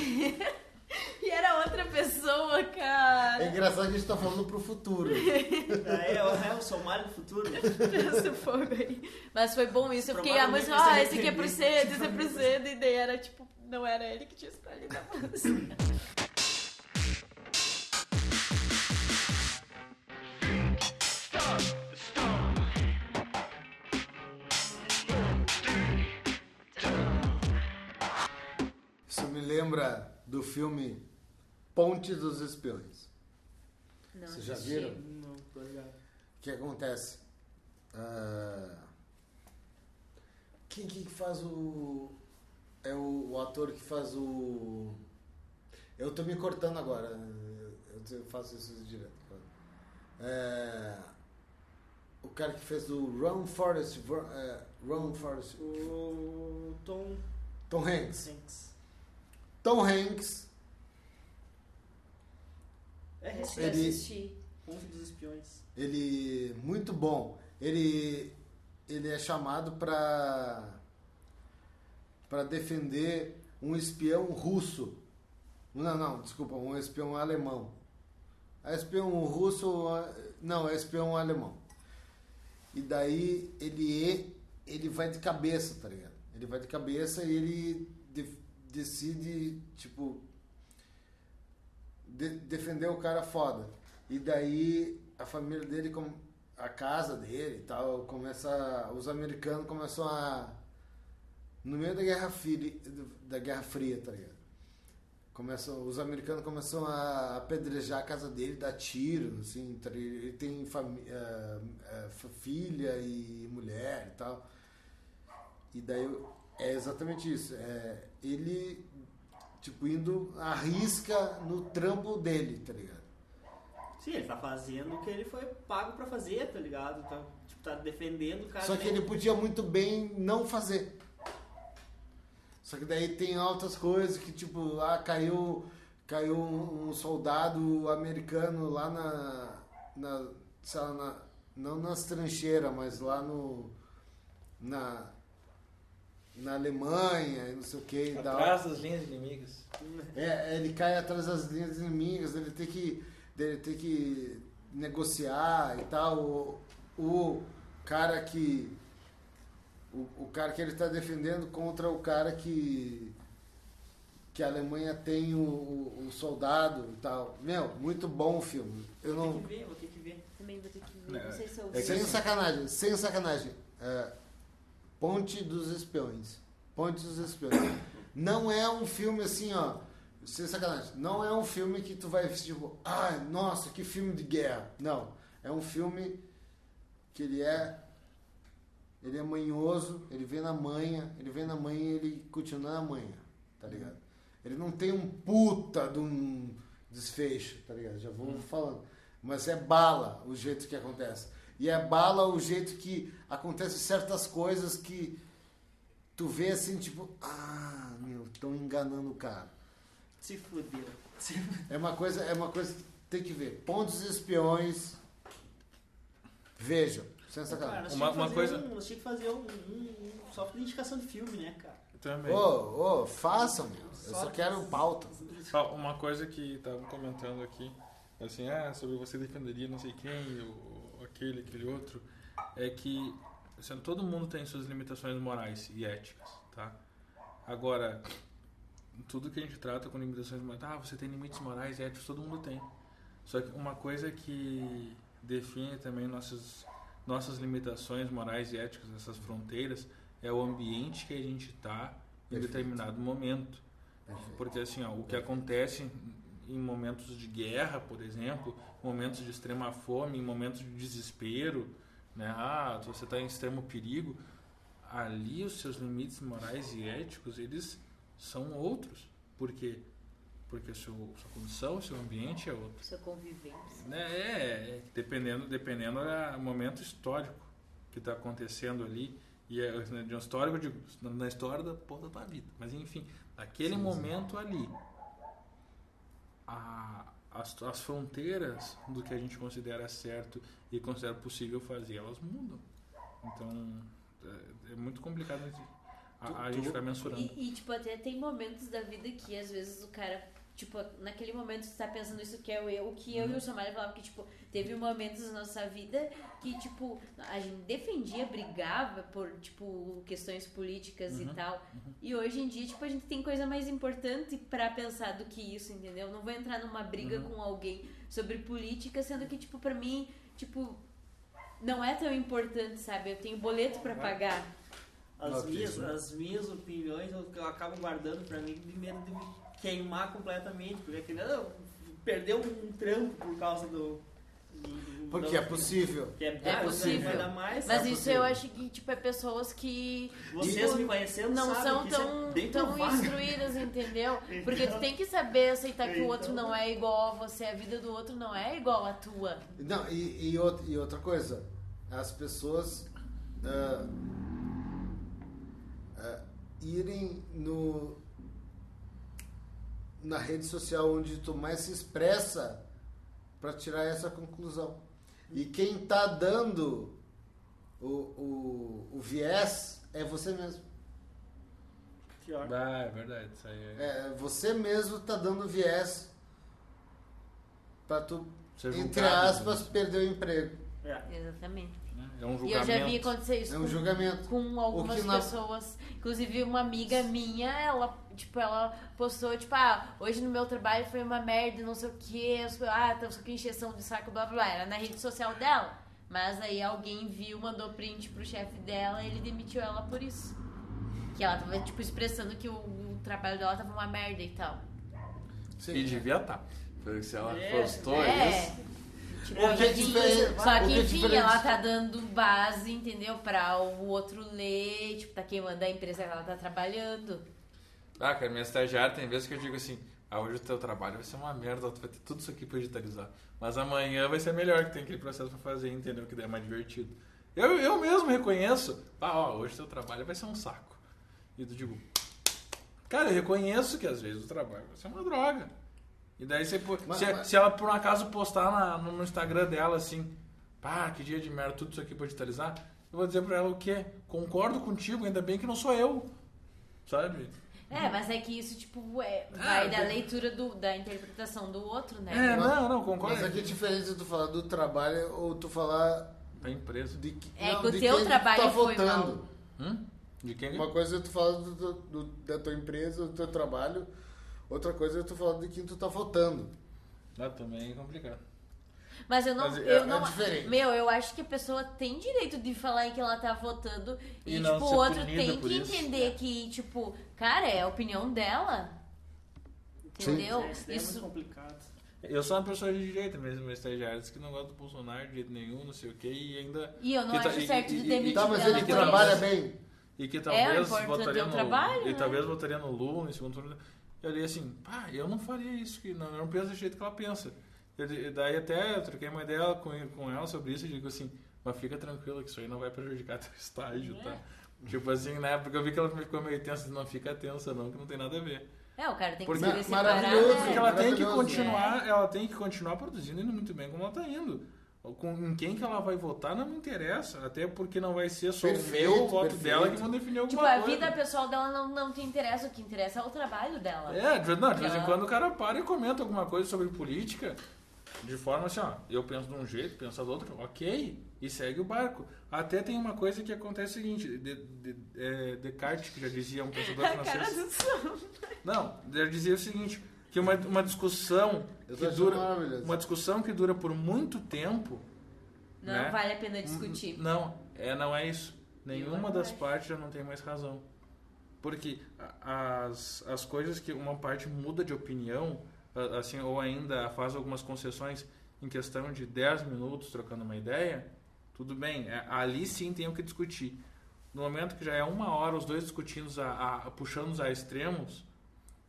[SPEAKER 3] E era outra pessoa, cara.
[SPEAKER 2] É engraçado que a gente tá falando pro futuro.
[SPEAKER 5] Daí eu, é, eu sou Mário do futuro.
[SPEAKER 2] É
[SPEAKER 3] Esse fogo aí. Mas foi bom isso. Eu fiquei a
[SPEAKER 5] Provavelmente
[SPEAKER 3] música, ah,
[SPEAKER 5] você
[SPEAKER 3] esse aqui é pro
[SPEAKER 5] arrependeu.
[SPEAKER 3] cedo, esse é pro cedo. E daí era tipo, não era ele que tinha escolhido a música.
[SPEAKER 2] Isso me lembra do filme Ponte dos Espiões.
[SPEAKER 3] Não
[SPEAKER 2] Vocês já
[SPEAKER 3] assisti.
[SPEAKER 2] viram?
[SPEAKER 5] Não, tô ligado.
[SPEAKER 2] O que acontece? Ah, quem, quem que faz o. É o, o ator que faz o. Eu tô me cortando agora. Eu- Eu faço isso direto. É, o cara que fez o Run Forest. Run, é, Run Forest.
[SPEAKER 5] O Tom
[SPEAKER 2] Tom Hanks.
[SPEAKER 5] Hanks.
[SPEAKER 2] Tom Hanks.
[SPEAKER 5] É
[SPEAKER 3] Acho que
[SPEAKER 5] recente.
[SPEAKER 2] Ele-
[SPEAKER 3] assisti.
[SPEAKER 5] Ponto dos espiões.
[SPEAKER 2] Ele muito bom. Ele ele é chamado para para defender um espião russo. Não, não, desculpa, um espião alemão. É espião russo, é- não, é espião alemão. E daí ele é, ele vai de cabeça, tá ligado? Ele vai de cabeça e ele de- decide tipo de- defender o cara foda. E daí a família dele, com- a casa dele e tal, começa. Os americanos começam a. No meio da Guerra Fria, da Guerra Fria tá ligado? Começam, os americanos começam a apedrejar a casa dele, dar tiro, assim, tá ligado? ele tem fami- ah, ah, f- filha e mulher e tal. E daí eu- é exatamente isso. É, ele, tipo, indo à risca no trampo dele, tá ligado?
[SPEAKER 5] Sim, ele tá fazendo o que ele foi pago pra fazer, tá ligado? Tá, tipo, tá defendendo o cara.
[SPEAKER 2] Só que
[SPEAKER 5] né?
[SPEAKER 2] ele podia muito bem não fazer. Só que daí tem altas coisas que, tipo, lá caiu, caiu um, um soldado americano lá na. na, sei lá, na- não nas trincheiras, mas lá no. na. na Alemanha e não sei o que.
[SPEAKER 4] Atrás das linhas inimigas.
[SPEAKER 2] É, ele cai atrás das linhas inimigas, ele tem que, ele tem que negociar e tal. O, o cara que. O, o cara que ele está defendendo contra o cara que. Que a Alemanha tem o, o, o soldado e tal. Meu, muito bom o filme. Eu
[SPEAKER 5] Vou ter
[SPEAKER 2] não.
[SPEAKER 5] que ver, vou ter que ver.
[SPEAKER 3] Também vou ter que ver. Não
[SPEAKER 4] É,
[SPEAKER 3] sei se eu
[SPEAKER 4] é que
[SPEAKER 2] Sem
[SPEAKER 4] assim-
[SPEAKER 2] sacanagem, sem sacanagem. É, Ponte dos Espiões. Ponte dos Espiões. Não é um filme assim, ó. Sem sacanagem. Não é um filme que tu vai tipo, ai, nossa, que filme de guerra. Não. É um filme que ele é. Ele é manhoso, ele vem na manha, ele vem na manha e ele continua na manha, tá ligado? Ele não tem um puta de um desfecho, tá ligado? Já vou falando. Mas é bala o jeito que acontece. E é bala o jeito que acontece certas coisas que tu vê assim, tipo, ah, meu, estão enganando o cara.
[SPEAKER 5] Se fudeu. Se
[SPEAKER 2] É uma coisa, é uma coisa que tem que ver. Pontos e espiões. Vejam, sem
[SPEAKER 5] Cara,
[SPEAKER 2] sacanagem.
[SPEAKER 5] nós
[SPEAKER 4] Uma-
[SPEAKER 5] tinha que
[SPEAKER 4] uma
[SPEAKER 5] fazer
[SPEAKER 4] coisa-
[SPEAKER 5] um- nós tinha que fazer um, um, um software de indicação de filme, né, cara?
[SPEAKER 4] Também.
[SPEAKER 2] Ô, ô, façam, meu. Eu só
[SPEAKER 5] Só-
[SPEAKER 2] quero pauta.
[SPEAKER 4] Fa- Uma coisa que estavam comentando aqui, assim, ah, sobre você defenderia não sei quem, ou, ou aquele, aquele outro, é que assim, todo mundo tem suas limitações morais e éticas, tá? Agora, tudo que a gente trata com limitações morais, ah, você tem limites morais e éticos, todo mundo tem. Só que uma coisa que define também nossas, nossas limitações morais e éticas, essas fronteiras, é o ambiente que a gente está em
[SPEAKER 2] Perfeito.
[SPEAKER 4] determinado momento. Porque assim, ó, o que acontece em momentos de guerra, por exemplo, momentos de extrema fome, em momentos de desespero, né? Ah, você está em extremo perigo. Ali os seus limites morais e éticos, eles são outros. Por quê? Porque a sua, sua condição, o seu ambiente é outro.
[SPEAKER 3] se eu convivência.
[SPEAKER 4] Né? É, é, dependendo, dependendo do momento histórico que está acontecendo ali. E é, né, de um histórico, eu digo, na- na história da porra da tua vida. Mas enfim, naquele momento ali, a- as, as fronteiras do que a gente considera certo e considera possível fazer, elas mudam. Então, é, é muito complicado a, gente- a- a gente ficar mensurando.
[SPEAKER 3] E, e, tipo, até tem momentos da vida que às vezes o cara. Tipo, naquele momento você tá pensando isso que é o eu, o que eu e o Somália falavam que, tipo, teve momentos da nossa vida que, tipo, a gente defendia, brigava por, tipo, questões políticas e tal. E hoje em dia, tipo, a gente tem coisa mais importante pra pensar do que isso, entendeu? Não vou entrar numa briga com alguém sobre política, sendo que, tipo, pra mim, tipo, não é tão importante, sabe? Eu tenho boleto pra pagar.
[SPEAKER 5] As,
[SPEAKER 2] Ok.
[SPEAKER 5] minhas, as minhas opiniões eu, eu acabo guardando pra mim de medo de me queimar completamente, porque aquele não, perdeu um trampo por causa do. do- do-
[SPEAKER 2] Porque
[SPEAKER 5] da-
[SPEAKER 2] é possível.
[SPEAKER 5] Que é,
[SPEAKER 3] É
[SPEAKER 5] ah,
[SPEAKER 3] possível.
[SPEAKER 5] Vai dar mais.
[SPEAKER 3] Mas
[SPEAKER 2] É
[SPEAKER 3] isso
[SPEAKER 2] possível.
[SPEAKER 3] eu acho que, tipo, é pessoas que
[SPEAKER 5] Vocês
[SPEAKER 3] tipo,
[SPEAKER 5] me conhecendo
[SPEAKER 3] não
[SPEAKER 5] sabem
[SPEAKER 3] são
[SPEAKER 5] que isso é
[SPEAKER 3] tão,
[SPEAKER 5] bem
[SPEAKER 3] tão
[SPEAKER 5] provável.
[SPEAKER 3] instruídas, entendeu? Porque tu
[SPEAKER 5] Então-
[SPEAKER 3] tem que saber aceitar que o outro
[SPEAKER 5] Então-
[SPEAKER 3] não é igual a você, a vida do outro não é igual à tua.
[SPEAKER 2] Não, e, e outra, e outra coisa, as pessoas ah, ah, irem no na rede social onde tu mais se expressa para tirar essa conclusão. E quem tá dando o, o, o viés é você mesmo.
[SPEAKER 5] Pior.
[SPEAKER 4] Ah, é verdade, isso aí é.
[SPEAKER 2] É, você mesmo tá dando viés para tu,
[SPEAKER 4] Ser
[SPEAKER 2] entre
[SPEAKER 4] julgado,
[SPEAKER 2] aspas, perder o emprego.
[SPEAKER 5] É.
[SPEAKER 3] Exatamente.
[SPEAKER 4] né? É um
[SPEAKER 3] E eu
[SPEAKER 4] julgamento.
[SPEAKER 3] já vi acontecer isso
[SPEAKER 2] É um
[SPEAKER 3] com,
[SPEAKER 2] julgamento.
[SPEAKER 3] com algumas
[SPEAKER 2] que na-
[SPEAKER 3] pessoas. Inclusive, uma amiga minha, ela, tipo, ela postou, tipo, ah, hoje no meu trabalho foi uma merda, não sei o quê, eu sou- ah, tô com encheção de saco, blá blá blá. Era na rede social dela. Mas aí alguém viu, mandou print pro chefe dela e ele demitiu ela por isso. Que ela tava, tipo, expressando que o, o trabalho dela tava uma merda e tal.
[SPEAKER 2] Sim.
[SPEAKER 4] E devia tá. estar.
[SPEAKER 1] Porque se ela
[SPEAKER 5] É,
[SPEAKER 1] postou
[SPEAKER 3] é.
[SPEAKER 1] isso.
[SPEAKER 3] Tipo,
[SPEAKER 2] O que é
[SPEAKER 3] enfim,
[SPEAKER 2] diferente-
[SPEAKER 3] só
[SPEAKER 2] o
[SPEAKER 3] que
[SPEAKER 2] que é
[SPEAKER 3] enfim,
[SPEAKER 2] diferente?
[SPEAKER 3] ela tá dando base, entendeu? Pra o outro ler, tipo, tá queimando a empresa que ela tá trabalhando.
[SPEAKER 1] Ah, cara, minha estagiária tem vezes que eu digo assim: ah, hoje o teu trabalho vai ser uma merda, tu vai ter tudo isso aqui pra digitalizar. Mas amanhã vai ser melhor, que tem aquele processo pra fazer, entendeu? Que daí é mais divertido. Eu, eu mesmo reconheço: ah, ó, hoje o teu trabalho vai ser um saco. E tu digo: cara, eu reconheço que às vezes o trabalho vai ser uma droga. E daí você, pô-
[SPEAKER 2] Mas-
[SPEAKER 1] se,
[SPEAKER 2] mas-
[SPEAKER 1] se ela por um acaso postar na- no Instagram dela assim, pá, que dia de merda, tudo isso aqui pra digitalizar, eu vou dizer pra ela o quê? Concordo contigo, ainda bem que não sou eu. Sabe?
[SPEAKER 3] É, mas é que isso, tipo, é,
[SPEAKER 1] Ah,
[SPEAKER 3] vai da
[SPEAKER 1] tem-
[SPEAKER 3] leitura do, da interpretação do outro,
[SPEAKER 1] É,
[SPEAKER 3] né?
[SPEAKER 1] não, não, concordo.
[SPEAKER 2] Mas aqui é diferente de tu falar do trabalho ou tu falar
[SPEAKER 1] Tá empresa.
[SPEAKER 2] de que.
[SPEAKER 3] É
[SPEAKER 2] não,
[SPEAKER 3] que o
[SPEAKER 2] de
[SPEAKER 3] teu
[SPEAKER 2] quem tu
[SPEAKER 3] trabalho
[SPEAKER 2] tá
[SPEAKER 3] foi
[SPEAKER 2] votando.
[SPEAKER 3] mal.
[SPEAKER 1] Hum? De quem?
[SPEAKER 2] Uma coisa é tu falar do, do- do- da tua empresa, do teu trabalho, outra coisa é tu falar de quem tu tá votando.
[SPEAKER 4] Ah, também é complicado.
[SPEAKER 3] Mas eu não.
[SPEAKER 4] Mas é-
[SPEAKER 3] eu
[SPEAKER 4] é
[SPEAKER 3] não
[SPEAKER 2] diferente.
[SPEAKER 3] Meu, eu acho que a pessoa tem direito de falar em que ela tá votando e,
[SPEAKER 4] E não
[SPEAKER 3] tipo, o
[SPEAKER 4] ser
[SPEAKER 3] outro
[SPEAKER 4] punida
[SPEAKER 3] tem
[SPEAKER 4] por
[SPEAKER 3] que
[SPEAKER 4] isso. É.
[SPEAKER 3] entender que, tipo, cara, é a opinião dela.
[SPEAKER 2] Sim.
[SPEAKER 3] Entendeu?
[SPEAKER 5] É, isso daí é muito
[SPEAKER 3] Isso.
[SPEAKER 5] complicado.
[SPEAKER 4] Eu sou uma pessoa de direita mesmo, meu estagiário disse que não gosta do Bolsonaro de jeito nenhum, não sei o quê, e ainda.
[SPEAKER 3] E eu não
[SPEAKER 4] Que tá-
[SPEAKER 3] acho
[SPEAKER 4] e-
[SPEAKER 3] certo
[SPEAKER 4] e-
[SPEAKER 3] de
[SPEAKER 4] e-
[SPEAKER 3] demitir
[SPEAKER 2] Tá, mas
[SPEAKER 3] ela
[SPEAKER 2] ele
[SPEAKER 3] por
[SPEAKER 2] trabalha
[SPEAKER 3] isso.
[SPEAKER 2] bem.
[SPEAKER 4] E que
[SPEAKER 3] É, o
[SPEAKER 4] talvez
[SPEAKER 3] importante
[SPEAKER 4] votaria
[SPEAKER 3] é o
[SPEAKER 4] no.
[SPEAKER 3] trabalho,
[SPEAKER 4] e
[SPEAKER 3] né?
[SPEAKER 4] talvez votaria no Lula em segundo turno. Eu li assim, pá, eu não faria isso, que não, eu não penso do jeito que ela pensa. Eu di- daí até eu troquei uma ideia com, com ela sobre isso e digo assim, mas fica tranquila que isso aí não vai prejudicar teu estágio, tá?
[SPEAKER 3] É.
[SPEAKER 4] Tipo assim, né? Porque eu vi que ela ficou meio tensa, não fica tensa não, que não tem nada a ver.
[SPEAKER 3] É, o cara tem que
[SPEAKER 4] Porque-
[SPEAKER 3] saber separar.
[SPEAKER 2] Maravilhoso,
[SPEAKER 3] né?
[SPEAKER 4] Porque ela tem que
[SPEAKER 2] É, Maravilhoso. é.
[SPEAKER 4] continuar, ela tem que continuar produzindo e indo muito bem como ela tá indo. Com, em quem que ela vai votar não me interessa, até porque não vai ser só
[SPEAKER 2] Perfeito,
[SPEAKER 4] o meu voto
[SPEAKER 2] perfeito.
[SPEAKER 4] dela que vão definir alguma
[SPEAKER 3] Tipo, a
[SPEAKER 4] coisa.
[SPEAKER 3] vida pessoal dela não, não te interessa, o que interessa é o trabalho dela.
[SPEAKER 4] É, de, não, de vez em
[SPEAKER 3] Ela-
[SPEAKER 4] quando o cara para e comenta alguma coisa sobre política de forma assim, ó, eu penso de um jeito, penso do outro, ok, e segue o barco. Até tem uma coisa que acontece o seguinte, de, de- é, Descartes, que já dizia um pensador
[SPEAKER 3] A cara
[SPEAKER 4] francês,
[SPEAKER 3] do Sam.
[SPEAKER 4] não, já dizia o seguinte, que uma, uma discussão
[SPEAKER 2] Eu tô
[SPEAKER 4] que
[SPEAKER 2] achando
[SPEAKER 4] dura,
[SPEAKER 2] maravilhoso.
[SPEAKER 4] uma discussão que dura por muito tempo,
[SPEAKER 3] Não
[SPEAKER 4] né?
[SPEAKER 3] vale a pena discutir.
[SPEAKER 4] Não, é, não é isso. Nenhuma
[SPEAKER 3] não
[SPEAKER 4] das
[SPEAKER 3] acho.
[SPEAKER 4] partes já não tem mais razão. Porque a- as, as coisas que uma parte muda de opinião, a- assim, ou ainda faz algumas concessões em questão de 10 minutos trocando uma ideia, tudo bem, é- ali sim tem o que discutir. No momento que já é uma hora, os dois discutindo, a, a, puxando a extremos,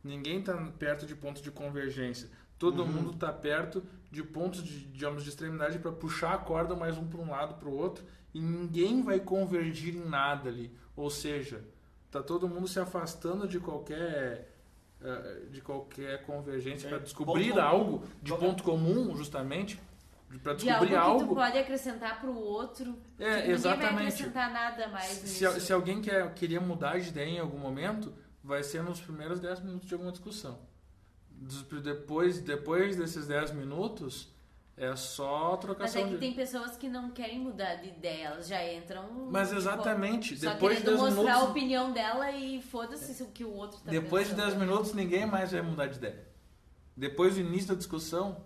[SPEAKER 4] ninguém está perto de ponto de convergência.
[SPEAKER 5] Uhum.
[SPEAKER 4] Todo mundo está perto de pontos de, digamos, de extremidade para puxar a corda mais um para um lado para o outro e ninguém vai convergir em nada ali. Ou seja, tá todo mundo se afastando de qualquer eh, de qualquer convergência
[SPEAKER 5] É,
[SPEAKER 4] para
[SPEAKER 5] ponto
[SPEAKER 4] descobrir
[SPEAKER 5] comum. é?
[SPEAKER 4] algo de
[SPEAKER 5] Qualquer-
[SPEAKER 4] ponto comum, justamente, para
[SPEAKER 3] De algo
[SPEAKER 4] descobrir
[SPEAKER 3] que tu
[SPEAKER 4] algo.
[SPEAKER 3] pode acrescentar pro outro.
[SPEAKER 4] É,
[SPEAKER 3] que Ninguém vai
[SPEAKER 4] exatamente.
[SPEAKER 3] acrescentar nada mais
[SPEAKER 4] Se,
[SPEAKER 3] nisso.
[SPEAKER 4] se alguém quer, queria mudar de ideia em algum momento, vai ser nos primeiros 10 minutos de alguma discussão. Des- Depois, depois desses 10 minutos, é só
[SPEAKER 3] Mas
[SPEAKER 4] trocação
[SPEAKER 3] é que
[SPEAKER 4] de...
[SPEAKER 3] tem pessoas que não querem mudar de ideia, elas já entram.
[SPEAKER 4] Mas
[SPEAKER 3] tipo,
[SPEAKER 4] exatamente,
[SPEAKER 3] Só
[SPEAKER 4] depois de
[SPEAKER 3] querendo
[SPEAKER 4] 10
[SPEAKER 3] mostrar a
[SPEAKER 4] minutos,
[SPEAKER 3] opinião dela e foda-se o que o outro tá
[SPEAKER 4] depois de
[SPEAKER 3] pensando.
[SPEAKER 4] 10 minutos, ninguém mais vai mudar de ideia. Depois do início da discussão,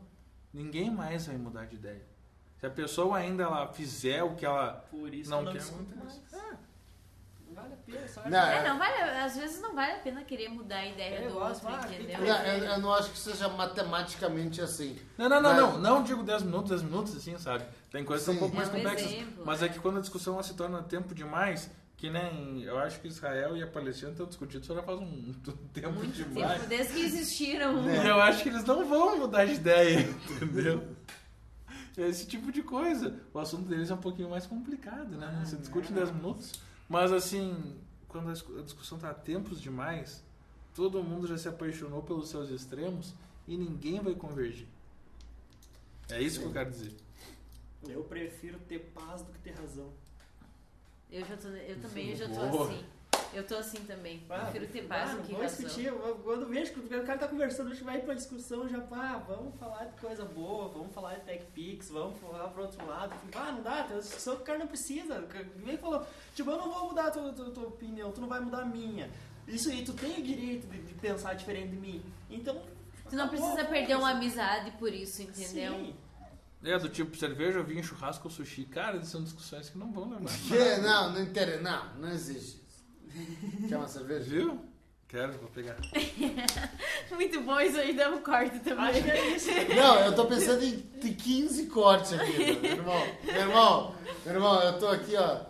[SPEAKER 4] ninguém mais vai mudar de ideia. Se a pessoa ainda ela fizer o que ela
[SPEAKER 5] Por isso
[SPEAKER 4] não
[SPEAKER 5] que eu não
[SPEAKER 4] quer,
[SPEAKER 5] discuto
[SPEAKER 4] não
[SPEAKER 5] mais.
[SPEAKER 4] interessa. É.
[SPEAKER 5] Vale a pena, só
[SPEAKER 2] Não,
[SPEAKER 3] É, não vale, às vezes não vale a pena querer mudar a ideia
[SPEAKER 5] É,
[SPEAKER 3] do
[SPEAKER 5] eu
[SPEAKER 3] outro,
[SPEAKER 5] acho, ah,
[SPEAKER 3] entendeu?
[SPEAKER 5] que-
[SPEAKER 2] Não, eu, eu não acho que seja matematicamente assim.
[SPEAKER 4] Não, não, não,
[SPEAKER 2] Mas-
[SPEAKER 4] não. Não digo 10 minutos, 10 minutos, assim, sabe? Tem coisas que são um
[SPEAKER 2] Sim.
[SPEAKER 4] pouco mais
[SPEAKER 3] É um
[SPEAKER 4] complexas.
[SPEAKER 3] exemplo,
[SPEAKER 4] mas
[SPEAKER 3] né?
[SPEAKER 4] é que quando a discussão ela se torna tempo demais, que nem. Eu acho que Israel e a Palestina estão discutindo isso já faz um, um tempo
[SPEAKER 3] Muito
[SPEAKER 4] demais.
[SPEAKER 3] tempo, desde que existiram.
[SPEAKER 5] Né?
[SPEAKER 4] E eu acho que eles não vão mudar de ideia, entendeu? Esse tipo de coisa. O assunto deles é um pouquinho mais complicado, né? Você discute em 10 minutos. Mas assim, quando a discu- a discussão tá a tempos demais, todo mundo já se apaixonou pelos seus extremos e ninguém vai convergir. É isso que eu quero dizer.
[SPEAKER 5] Eu prefiro ter paz do que ter razão.
[SPEAKER 3] Eu, já tô, eu também eu já tô
[SPEAKER 4] Boa.
[SPEAKER 3] assim. Eu tô assim também.
[SPEAKER 5] Ah,
[SPEAKER 3] Prefiro ter
[SPEAKER 5] ah,
[SPEAKER 3] paz
[SPEAKER 5] não
[SPEAKER 3] do que
[SPEAKER 5] vou
[SPEAKER 3] razão.
[SPEAKER 5] discutir. eu- Quando vejo que o cara tá conversando, a gente vai pra discussão já, pá, vamos falar de coisa boa, vamos falar de tech pix, vamos falar pro outro lado. Tipo, Ah, não dá, tem uma discussão que o cara não precisa. O cara Vem e falou, tipo, eu não vou mudar a tua, tua- tua opinião, tu não vai mudar a minha. Isso aí, tu tem o direito de, de pensar diferente de mim. Então.
[SPEAKER 3] Tu não
[SPEAKER 5] acabou,
[SPEAKER 3] precisa
[SPEAKER 5] acabou.
[SPEAKER 3] perder uma amizade por isso, entendeu?
[SPEAKER 5] Sim.
[SPEAKER 4] É, do tipo cerveja, vinho, churrasco, sushi. Cara, são discussões que não vão levar.
[SPEAKER 2] Que? Não, não interessa. Não, não existe isso. Quer uma cerveja?
[SPEAKER 4] Viu? Quero, vou pegar.
[SPEAKER 3] Muito bom isso aí, dá um corte
[SPEAKER 5] Acho que
[SPEAKER 3] também.
[SPEAKER 5] é isso.
[SPEAKER 2] Não, eu tô pensando em ter 15 cortes aqui, meu irmão. Meu irmão, meu irmão, eu tô aqui, ó.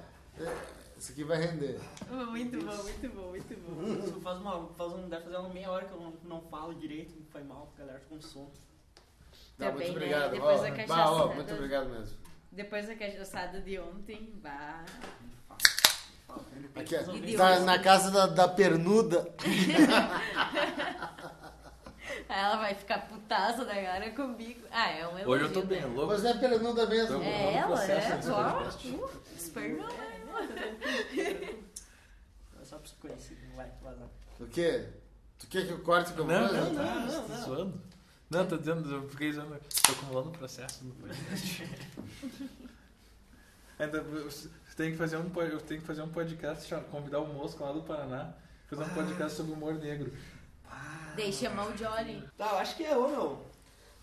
[SPEAKER 2] É, Isso aqui vai render.
[SPEAKER 3] Muito bom, muito bom, muito bom.
[SPEAKER 5] Isso Faz uma, faz um, deve fazer uma meia hora que eu não, não falo direito, foi mal, a galera ficou com sono.
[SPEAKER 2] Tá, muito
[SPEAKER 3] Também, né?
[SPEAKER 2] obrigado.
[SPEAKER 3] Depois
[SPEAKER 2] ó.
[SPEAKER 3] da
[SPEAKER 2] Bah,
[SPEAKER 3] cachaça,
[SPEAKER 2] ó,
[SPEAKER 3] né?
[SPEAKER 2] muito obrigado mesmo.
[SPEAKER 3] Depois da cachaçada de ontem, bah.
[SPEAKER 2] Aqui,
[SPEAKER 3] E
[SPEAKER 2] ó,
[SPEAKER 3] de
[SPEAKER 2] tá
[SPEAKER 3] hoje?
[SPEAKER 2] na casa da, da pernuda.
[SPEAKER 3] Aí ela vai ficar putaça da cara comigo. Ah, é um elogio.
[SPEAKER 4] Hoje eu tô bem
[SPEAKER 3] né?
[SPEAKER 4] louco.
[SPEAKER 2] Mas é pernuda mesmo.
[SPEAKER 4] Tamo
[SPEAKER 3] É
[SPEAKER 4] no
[SPEAKER 3] ela,
[SPEAKER 4] processo
[SPEAKER 3] é?
[SPEAKER 4] desse
[SPEAKER 3] Ó,
[SPEAKER 4] podcast.
[SPEAKER 3] uh, esperma, né?
[SPEAKER 5] É só pra se conhecer, não vai vazar.
[SPEAKER 2] O quê? Tu quer que eu corte com
[SPEAKER 4] Não, não,
[SPEAKER 2] coisa?
[SPEAKER 4] não,
[SPEAKER 5] não,
[SPEAKER 4] não,
[SPEAKER 5] não,
[SPEAKER 4] tá
[SPEAKER 5] não.
[SPEAKER 4] zoando. Não, tô dizendo, eu fiquei zoando, tô acumulando o processo no podcast. Ainda, você tem que fazer um, po- eu tenho que fazer um podcast, chama- convidar o Mosca lá do Paraná, fazer um podcast sobre humor negro.
[SPEAKER 3] Deixa mal de olho.
[SPEAKER 5] Tá, eu acho que é, ô meu.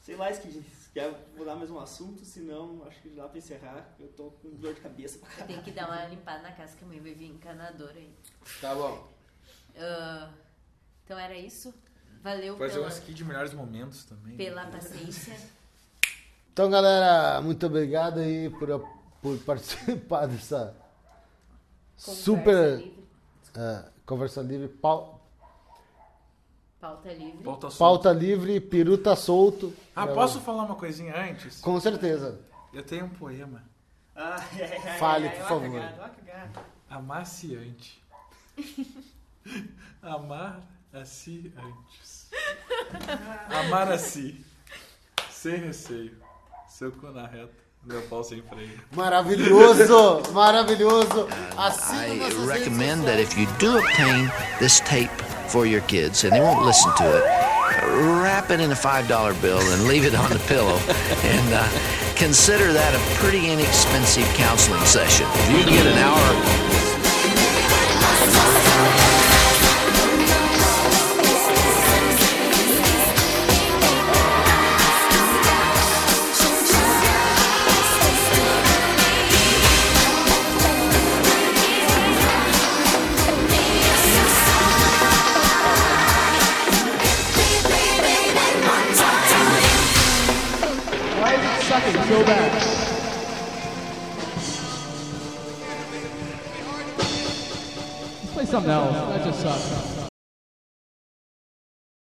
[SPEAKER 5] Sei lá, se que- se quer mudar mais um assunto, se não, acho que dá pra encerrar. Eu tô com dor de cabeça pra caralho.
[SPEAKER 3] Tem que dar uma limpada na casa que a minha bebê encanadora aí.
[SPEAKER 2] Tá bom.
[SPEAKER 3] Ah, então era isso. Valeu
[SPEAKER 4] Fazer
[SPEAKER 3] pela,
[SPEAKER 4] um skit de melhores momentos também. né?
[SPEAKER 3] pela paciência.
[SPEAKER 2] Então, galera, muito obrigado aí por, por participar dessa
[SPEAKER 3] Conversa
[SPEAKER 2] super
[SPEAKER 3] livre,
[SPEAKER 2] eh, conversa livre, pau-
[SPEAKER 3] pauta livre.
[SPEAKER 4] Pauta solta.
[SPEAKER 2] pauta livre, peruta solto.
[SPEAKER 4] Ah,
[SPEAKER 2] Eu-
[SPEAKER 4] posso falar uma coisinha antes?
[SPEAKER 2] Com certeza.
[SPEAKER 4] Eu tenho um poema
[SPEAKER 5] Ah, é, é, é,
[SPEAKER 2] Fale,
[SPEAKER 5] é,
[SPEAKER 2] por
[SPEAKER 5] vai
[SPEAKER 2] favor.
[SPEAKER 5] cagar, vai cagar.
[SPEAKER 4] amaciante. Amar a si antes. Amar a si. Sem receio. Seu cu na reta. Meu pau sem freio.
[SPEAKER 2] Maravilhoso, maravilhoso. Assina
[SPEAKER 6] I
[SPEAKER 2] nossas redes
[SPEAKER 6] recommend that
[SPEAKER 2] sociais.
[SPEAKER 6] if you do obtain this tape for your kids and they won't listen to it, wrap it in a $5 bill and leave it on the pillow. And uh, consider that a pretty inexpensive counseling session. If you can get an hour
[SPEAKER 7] Play something else. That just sucks.